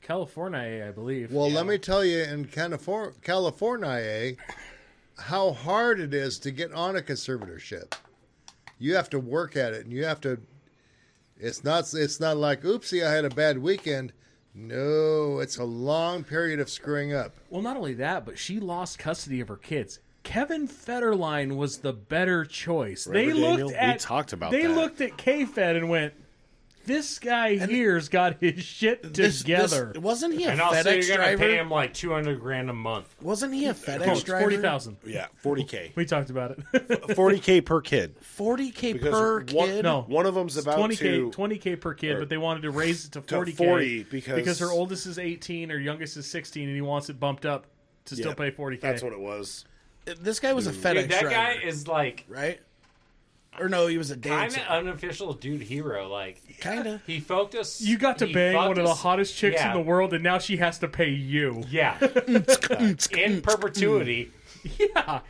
California, I believe. Well, let me tell you, in California, California, *coughs* how hard it is to get on a conservatorship. You have to work at it, and you have to. It's not. It's not like, oopsie, I had a bad weekend. No, it's a long period of screwing up. Well, not only that, but she lost custody of her kids. Kevin Federline was the better choice. they Reverend looked Daniel, we at talked about they that. looked at K Fed and went, "This guy here's got his shit This- this- together." wasn't he a Oh. And also, FedEx you're gonna driver? pay him like 200 grand a month. Wasn't he a FedEx Oh, it's driver? Forty thousand. yeah, 40K. We talked about it. *laughs* 40K per kid. 40k Because per one- kid. no, One of them's about twenty k, to. twenty k per kid, but they wanted to raise it to forty k 40 because- her oldest is eighteen, her youngest is sixteen, and he wants it bumped up to still Yep, pay forty k. That's what it was. This guy was a FedEx Dude, that driver, guy is like right? Or no, he was a kind dancer. of unofficial dude hero. Like Kind of. he fucked us. You got to he bang fucked one of the us- hottest chicks yeah. in the world, and now she has to pay you. *laughs* Yeah, in perpetuity. Yeah.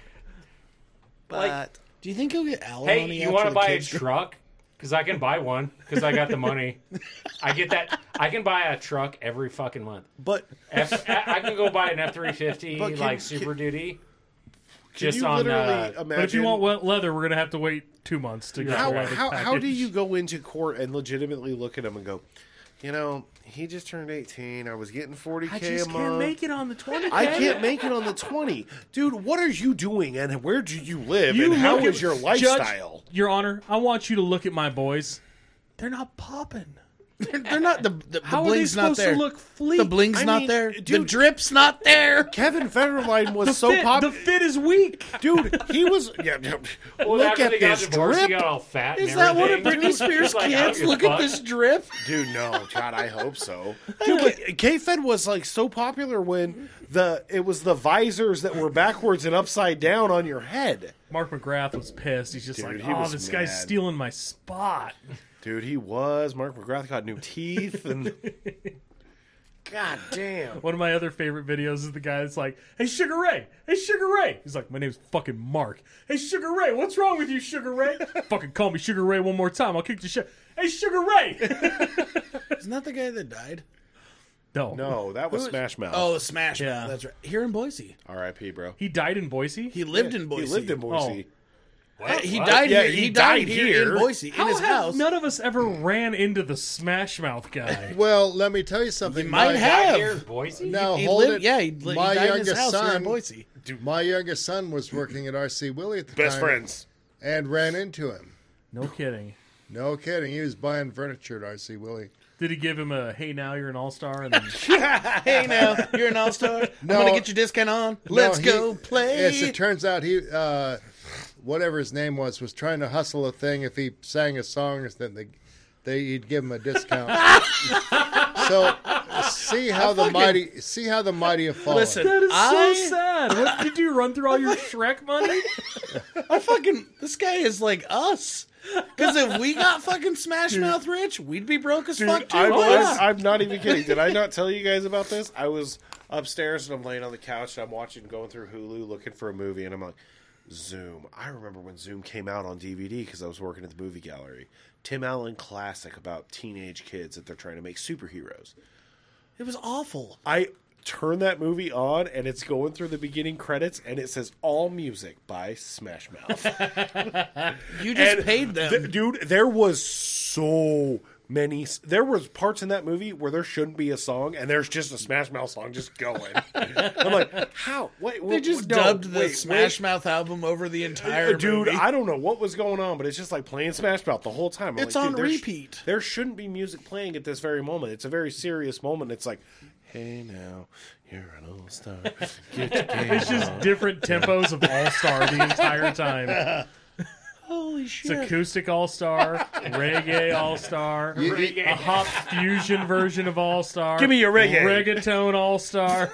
But do you think he'll get alimony? Hey, you want to buy a kids? truck? Because I can buy one. Because I got the money. I get that. I can buy a truck every fucking month. But F, I I can go buy an F three fifty But can- like Super Duty. can Just you on, literally uh, imagine. But if you want wet leather, we're gonna have to wait two months to get how, the leather how, how do package. *laughs* you go into court and legitimately look at him and go, you know, he just turned 18. I was getting 40K I just a can't month. make it on the twenty. I can't make it on the 20. Dude, what are you doing and where do you live You and how look at- is your Judge- lifestyle? Your Honor, I want you to look at my boys. They're not popping. They're, they're not the the, the How are they bling's not supposed there. to look fleek? the bling's I not mean, there. the dude- drip's not *laughs* there. Kevin Federline was The so fit, the popular. fit is weak. *laughs* Dude, he was. Yeah, yeah. Well, look after at they got this divorced, he drip. got all fat. Is and that one of everything. Britney He's Spears' like, I don't kids? give a Look at fuck. this drip. Dude, no, God, I hope so. *laughs* Dude, like, K-Fed was like so popular when the it was the visors that were backwards and upside down on your head. Mark McGrath was pissed. He's just Dude, like, he "Oh, was this guy's mad. stealing my spot." Dude, he was. Mark McGrath got new teeth and. *laughs* God damn. One of my other favorite videos is the guy that's like, "Hey Sugar Ray, hey Sugar Ray." He's like, "My name's fucking Mark." Hey Sugar Ray, what's wrong with you, Sugar Ray? *laughs* fucking call me Sugar Ray one more time, I'll kick the shit. Hey Sugar Ray. *laughs* Isn't that the guy that died? no, No, that was Smash Mouth. Oh, Smash Mouth. Yeah. That's right. Here in Boise, R.I.P., bro. he died in Boise. he lived in Boise. He lived in Boise. Oh. Uh, He What? died Yeah, here. he He, died, died here, here. in Boise How in his have house. none of us ever ran into the Smash Mouth guy? *laughs* Well, let me tell you something. might my, have. Out here in Boise. Now he hold lived, it. yeah, he, li- he my died in youngest his house son. here in Boise. My youngest son was working at RC Willie at the time. Best friends. and ran into him. No kidding. No kidding. He was buying furniture at RC Willie. Did he give him a "Hey, now you're an all star"? And then, *laughs* hey, now you're an all star. No. I'm gonna get your discount on. No, Let's he- go play. As it turns out, he uh, whatever his name was was trying to hustle a thing. If he sang a song, then they they you'd give him a *laughs* discount. so see how the mighty see how the mighty have fallen. Listen, that is I, so sad. What did you run through all *laughs* your Shrek money? I fucking this guy is like us. Because if we got fucking Smash Mouth rich, we'd be broke as fuck too. I Oh, was, yeah. I'm not even kidding. Did I not tell you guys about this? I was upstairs and I'm laying on the couch and I'm watching, going through Hulu looking for a movie, and I'm like, Zoom. I remember when Zoom came out on DVD because I was working at the movie gallery. Tim Allen classic about teenage kids that they're trying to make superheroes. It was awful. I turn that movie on and it's going through the beginning credits and it says all music by Smash Mouth. You just And paid them. th- dude, there was so many. s- There was parts in that movie where there shouldn't be a song, and there's just a Smash Mouth song just going. I'm like, how? Wait, they just dubbed the Smash Mouth album over the entire Dude, movie. I don't know what was going on, but it's just like playing Smash Mouth the whole time. I'm It's like, on dude, there sh- repeat. there shouldn't be music playing at this very moment. It's a very serious moment. It's like, hey, now you're an all star. Get your game It's just different tempos of all star the entire time. Holy It's shit! acoustic all star, reggae all *laughs* star, a hop fusion version of all star. Give me *laughs* your reggae. reggaetone all star,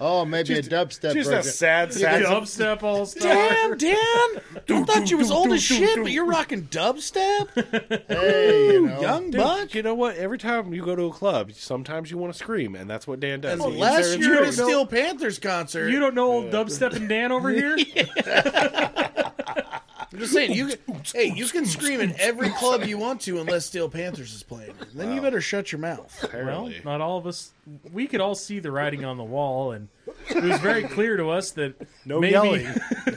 oh, maybe a dubstep Just a version. sad, sad. dubstep all star. Damn, *laughs* Dan! I thought you was old as shit, but you're rocking *laughs* dubstep, hey, you know, young Dude, buck. you know what? Every time you go to a club, sometimes you want to scream, and that's what Dan does. He gets Unless there and you're at a screams. Steel Panthers concert, You don't know old dubstep and Dan *laughs* over here. I'm just saying *laughs* you. Can, hey, you can scream at every club you want to, unless Steel Panthers is playing. Then you better shut your mouth. Well, Apparently. not all of us. We could all see the writing on the wall, and it was very clear to us that *laughs* No maybe yelling.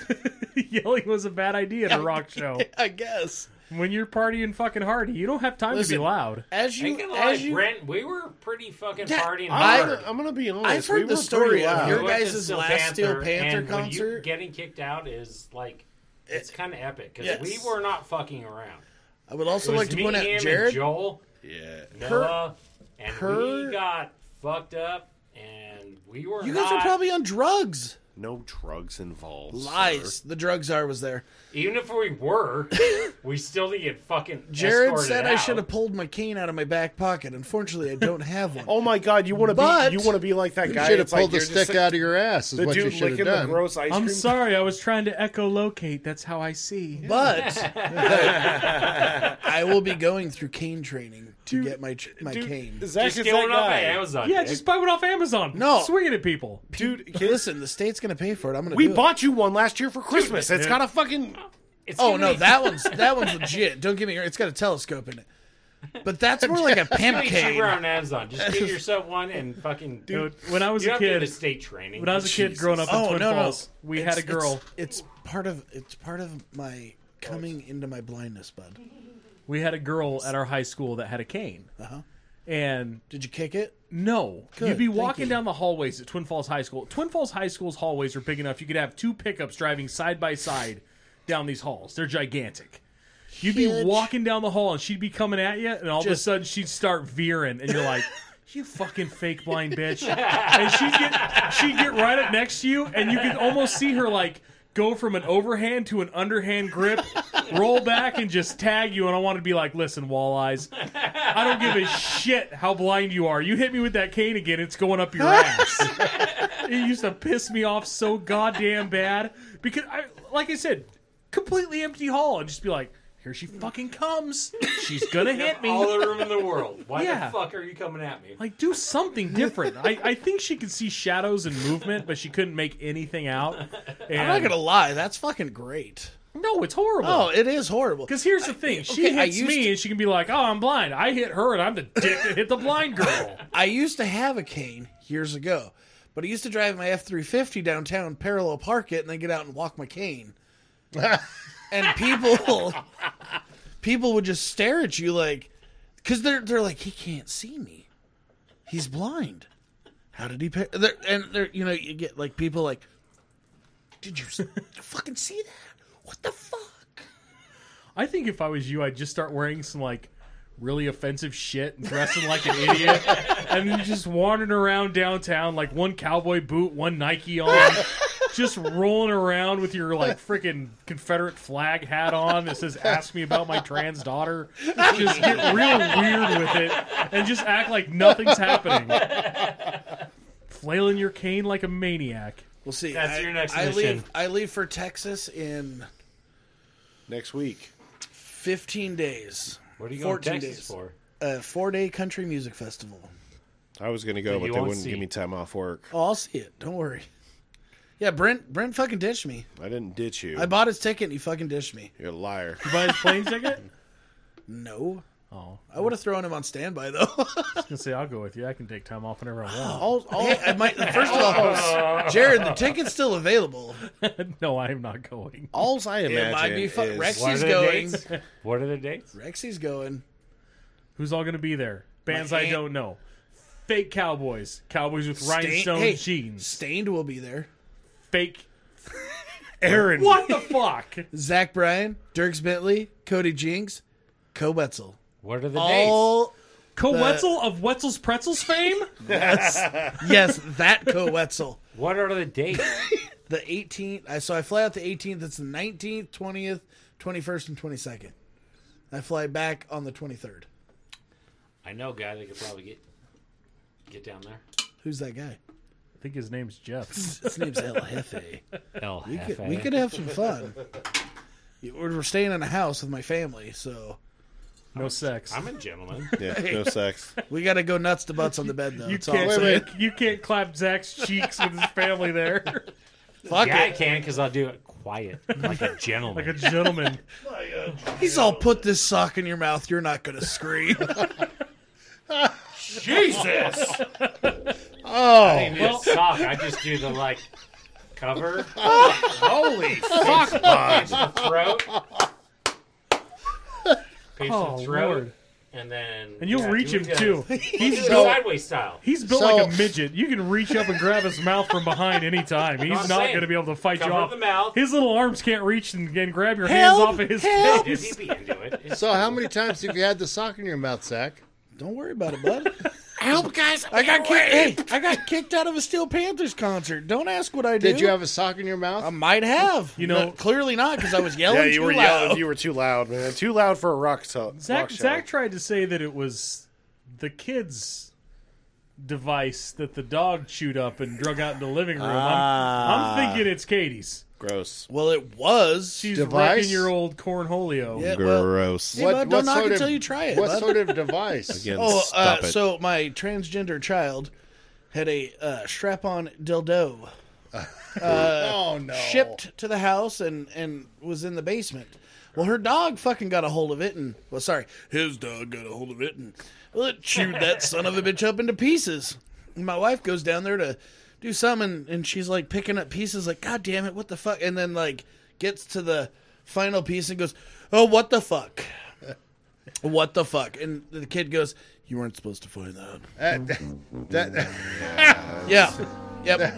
*laughs* yelling was a bad idea at a rock show. *laughs* I guess. When you're partying fucking hard, you don't have time Listen, to be loud. As I you, ain't gonna lie, as you, Brent, we were pretty fucking That- partying I- hard. I'm gonna be honest. I've heard the we were pretty story of loud. your We went guys' to Steel last Steel Panther and when you- concert- getting kicked out is like it's kind of epic because Yes. we were not fucking around. I would also It was like to me, point him, out, and Jared. Joel, Yeah. Noah, and her- we got fucked up, and we were You not, guys are probably on drugs. No drugs involved. sir. Lies. The drug czar was there. even if we were, we still didn't get fucking. Jared escorted said out. I should have pulled my cane out of my back pocket. Unfortunately, I don't have *laughs* one. Oh my God! You want to But- be? You want to be like that you guy? should have that's like, pulled you're the just stick like- out of your ass. Is The what you dude should have licking the done. gross ice I'm cream. sorry, I was trying to echolocate. That's how I see. But *laughs* I will be going through cane training to get my ch- my Dude, cane. Zach Just is get that one off of guy. Amazon. Yeah, dude. just buy one off Amazon. No. swing it at people. Dude, kid, Listen, the state's going to pay for it. I'm going to. we do it. bought you one last year for Christmas. It's dude. got a fucking. It's Oh gonna no, be- that one's that one's legit. Don't get me wrong. It's got a telescope in it. But that's more like a it's pimp gonna be cane. cheaper on Amazon. *laughs* Just get yourself one and fucking. You know, when I was you a don't have kid, to go to state training. when I was a kid growing up in Oh Twin no, no. Falls, we It's- had a girl. It's, it's part of it's part of my coming into my blindness, bud. We had a girl at our high school that had a cane, Uh-huh. and Did you kick it? No, Good, you'd be thank walking you. down the hallways at Twin Falls High School. Twin Falls High School's hallways are big enough you could have two pickups driving side by side down these halls. They're gigantic. You'd be Huge. walking down the hall and she'd be coming at you, and all of a Just- sudden she'd start veering, and you're like, *laughs* "You fucking fake blind bitch!" And she'd get she'd get right up next to you, and you could almost see her like go from an overhand to an underhand grip, roll back, and just tag you. And I want to be like, "Listen, walleyes, I don't give a shit how blind you are. You hit me with that cane again, it's going up *laughs* your ass. it used to piss me off so goddamn bad because I, like I said, completely empty hall and just be like, here she fucking comes. She's gonna hit me. all the room in the world. Why Yeah. the fuck are you coming at me? Like, do something different. I, I think she could see shadows and movement, but she couldn't make anything out. And, I'm not gonna lie, that's fucking great. No, it's horrible. Oh, it is horrible. Because here's the thing, she okay, I hits used me to- and she can be like, "Oh, I'm blind." I hit her and I'm the dick that hit the blind girl. I used to have a cane years ago, but I used to drive my F three fifty downtown, parallel park it, and then get out and walk my cane. and people, people would just stare at you like, because they're they're like, he can't see me, he's blind. How did he? Pay? They're, and they're you know you get like people like, did you s- fucking see that? What the fuck? I think if I was you, I'd just start wearing some like really offensive shit and dressing like an *laughs* idiot, and then just wandering around downtown like one cowboy boot, one Nike *laughs* on. Just rolling around with your like freaking Confederate flag hat on that says "Ask me about my trans daughter." Just get real weird with it and just act like nothing's happening, flailing your cane like a maniac. We'll see. I, That's your next I mission. leave. I leave for Texas in Next week. 15 days. What are you going to 14 days. Texas for? A four-day country music festival. I was gonna go, you but they won't wouldn't see. give me time off work. Oh, I'll see it. Don't worry. Yeah, Brent. Brent fucking ditched me. I didn't ditch you. I bought his ticket and he fucking ditched me. You're a liar. You buy his plane ticket? No. Oh, I would have thrown him on standby though. I was gonna say I'll go with you. I can take time off whenever I want. *laughs* all, all, I might, first of *laughs* all, Jared, the ticket's still available. no, I am not going. Alls I imagine It might be fun. is What Rexy's are the going. dates? What are the dates? Rexy's going. Who's all gonna be there? Bands My I aunt- don't know. Fake cowboys, cowboys with rhinestone hey, jeans. Stained will be there. Fake. Aaron. What the fuck? Zach Bryan, Dirks Bentley, Cody Jinks, Co Wetzel. What are the dates? All Co Wetzel of Wetzel's Pretzels fame. yes, that Co Wetzel. What are the dates? The 18th. I So I fly out the 18th. It's the 19th, 20th, 21st, and 22nd. I fly back on the 23rd. I know a guy that could probably get get down there. Who's that guy? I think his name's Jeff. His name's El Jefe. El We could, we could have some fun. You- We're we're staying in a house with my family, so No sex. I'm a gentleman. Yeah, *laughs* no sex. we got to go nuts to butts on the bed, though. you That's all I'm can't. saying. Wait, you- you can't clap Zach's cheeks with his family there, Fuck yeah, I it. can because I'll do it quiet, like a gentleman. like a gentleman. He's all put this sock in your mouth. You're not going to scream. Jesus! oh, well, sock. I just do the like cover, Holy fuck, bud. throat, pinch Oh, the throat, Lord. and then And you'll yeah, reach do him it again. too. He's He's built, sideways style. he's built So- like a midget. You can reach up and grab his mouth from behind anytime. He's not I'm saying, going to be able to fight you cover off. the mouth. His little arms can't reach and, and grab your Help! hands off of his Help! Dude, face. he'd be into it. It's- So, how many times have you had the sock in your mouth, Zach? *laughs* don't worry about it, bud. Help, guys! I got kicked. Hey, I got kicked out of a Steel Panthers concert. Don't ask what I Did you have a sock in your mouth? I might have. You know- No, clearly not because I was yelling. *laughs* Yeah, you too were loud. yelling. You were too loud, man. Too loud for a rock, so- rock Zach, show. Zach tried to say that it was the kid's device that the dog chewed up and drug out in the living room. Ah. I'm, I'm thinking it's Katie's. Gross. Well, it was. She's Device? wrecking your old cornholio. Yeah, well, Gross. Hey, bud, don't knock it till you try it, What bud. sort of device? *laughs* Again, Oh, uh, stop it. so my transgender child had a uh, strap-on dildo uh, oh no! shipped to the house and and was in the basement. Well, her dog fucking got a hold of it, and well, sorry, his dog got a hold of it, and well, it chewed that son of a bitch up into pieces. And my wife goes down there to do some, and, and she's like picking up pieces, like God damn it, what the fuck? And then like gets to the final piece and goes, Oh, what the fuck? What the fuck? And the kid goes, You weren't supposed to find that. That, that- *laughs* Yeah. Yep.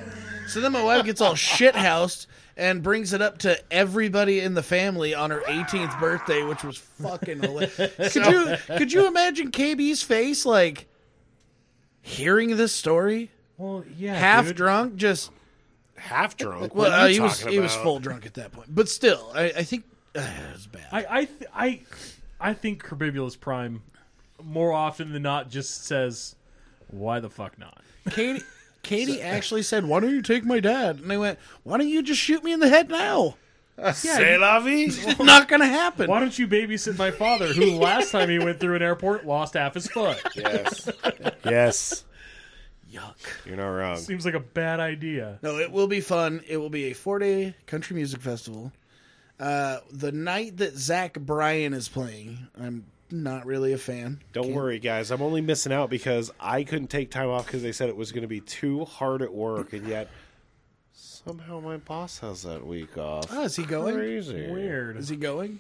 so then my wife gets all shithoused and brings it up to everybody in the family on her 18th birthday, which was fucking *laughs* hilarious. Could you could you imagine KB's face like hearing this story, Well, yeah, half dude. drunk, just half drunk. well, What are uh, you he was talking he was about? full drunk at that point, but still, I, I think *sighs* uh, it was bad. I, I, th- I, I think Corbibulus Prime, more often than not, just says, "Why the fuck not?" Katie. Katie actually said, "Why don't you take my dad?" And they went, "Why don't you just shoot me in the head now?" Say la vie. *laughs* Not gonna happen. Why don't you babysit my father, who last time he went through an airport lost half his foot? Yes. yes. Yuck. You're not wrong. Seems like a bad idea. No, it will be fun. It will be a four day country music festival. Uh, the night that Zach Bryan is playing, I'm not really a fan. Don't worry, guys. I'm only missing out because I couldn't take time off because they said it was going to be too hard at work, and yet somehow my boss has that week off. Oh, is he going? Crazy. Weird. Is he going?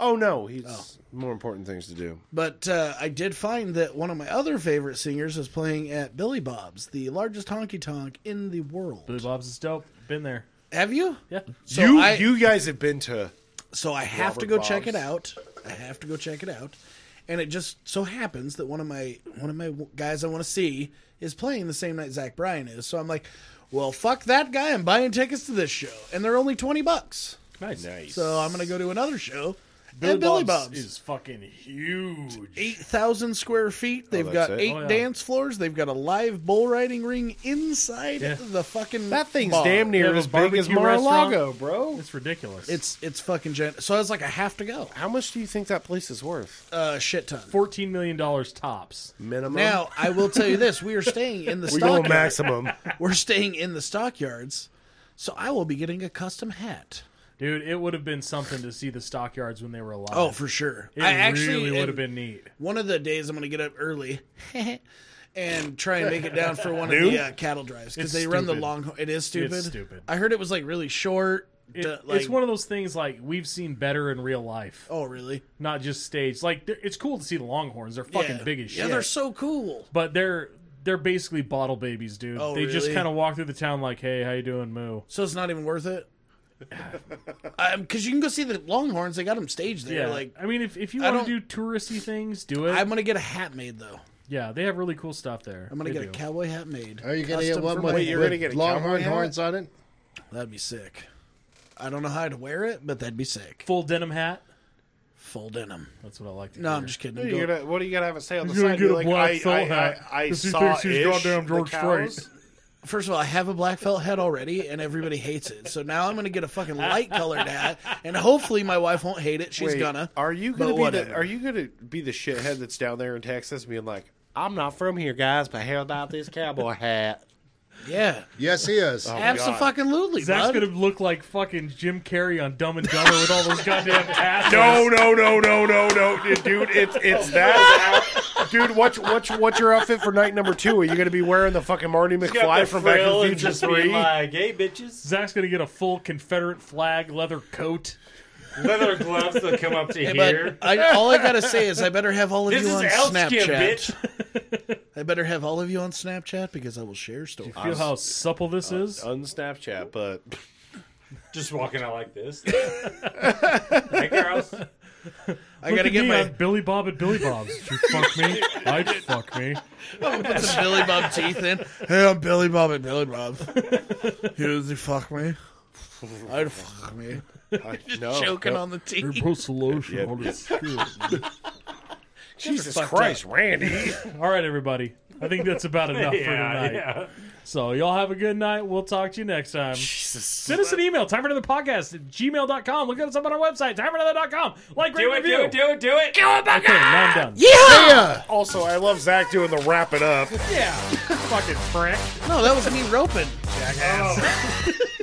Oh no, he's more important things to do. But uh, I did find that one of my other favorite singers is playing at Billy Bob's, the largest honky tonk in the world. Billy Bob's is dope. Been there. Have you? Yeah. So you I- you guys have been to So I have to go Robert check it Bob's. out. I have to go check it out. And it just so happens that one of my one of my w- guys I want to see is playing the same night Zach Bryan is. So I'm like, well, fuck that guy. I'm buying tickets to this show, and they're only twenty bucks. Nice. Nice. So I'm gonna go to another show. at Billy Bob's, is fucking huge. eight thousand square feet. They've that's got it? eight Oh, yeah. dance floors. They've got a live bull riding ring inside Yeah. the fucking that thing's bar. damn They near have a as big as barbecue restaurant. Mar-a-Lago, bro. It's ridiculous. It's it's fucking gen- so I was like, I have to go. How much do you think that place is worth? Uh, shit ton. fourteen million dollars tops. Minimum. Now I will tell you this: we are *laughs* staying in the we go stockyards. *laughs* maximum. We're staying in the stockyards, so I will be getting a custom hat. Dude, it would have been something to see the stockyards when they were alive. Oh, for sure. it I actually really would am- have been neat. One of the days I'm going to get up early *laughs* and try and make it down for one of Dude. the uh, cattle drives because It's they run the stupid. long. It is stupid. stupid. I heard it was like really short. It- d- like, it's one of those things like we've seen better in real life, oh, really? not just stage. Like th- it's cool to see the Longhorns; they're fucking yeah. big as Yeah, shit. they're so cool. but they're they're basically bottle babies, dude. Oh, they just really? kind of walk through the town like, "Hey, how you doing, Moo?" So it's not even *laughs* worth it. Because you can go see the Longhorns. They got them staged there. Yeah, Like, I mean, if if you I want to do don't- touristy things, do it. I'm going to get a hat made though. yeah, they have really cool stuff there. I'm gonna They get do. a cowboy hat made. Are you going to get Custom one for with, my- Wait, Oh, you're with gonna get a longhorn cowboy hat? horns on it? That'd be sick. I don't know how I'd wear it, but that'd be sick. full denim hat. Full denim. That's what I like to. No, hear. I'm just kidding. I'm What are you going- gonna, what are you gonna have to say on the He's gonna side? get Be a like, black I, felt I, hat I, I 'cause he saw thinks he's ish, goddamn the George cows. Strait. First of all, I have a black felt hat already, and everybody hates it. So now I'm gonna get a fucking light colored hat, and hopefully my wife won't hate it. She's Wait, gonna. Are you But gonna be the, whatever. Are you gonna be the shithead that's down there in Texas, being like, "I'm not from here, guys, but how about this cowboy hat?" Yeah, Yes, he is. Oh, absolutely, Zach's bud. gonna look like fucking Jim Carrey on Dumb and Dumber with all those *laughs* goddamn tassels. No, no, no, no, no, no, dude! It's it's that, *laughs* dude. What's what's what's your outfit for night number two? Are you gonna be wearing the fucking Marty McFly from Back to the Future just being Three? like, hey, *laughs* bitches. Zach's gonna get a full Confederate flag leather coat. Leather gloves that come up to here. But I, all I gotta say is I better have all of This you is on Elfskin, Snapchat. bitch. *laughs* I better have all of you on Snapchat because I will share stories. Feel how supple this is. Unsnapchat, but Just walking out like this. hey, girls. I Look gotta at get me, my I'm Billy Bob at Billy Bob's. Would you fuck me? I'd fuck me. put some Billy Bob teeth in. Hey, I'm Billy Bob and Billy Bob. He does he fuck me? I'd fuck me. I, no, Choking no. on the teeth. Post lotion Yeah. on on his Jesus fucked Christ, Randy. All right, everybody. I think that's *laughs* about enough for Yeah, tonight. yeah. So y'all have a good night. We'll talk to you next time. Send us an email, time for another podcast at gmail.com. Look us up on our website, time for another.com. Like, rate, Do it, review. do it, do it, do it. Do it, Okay, now I'm done. See ya! *laughs* Also, I love Zach doing the wrap it up. Yeah. Fucking prick. No, that was me roping.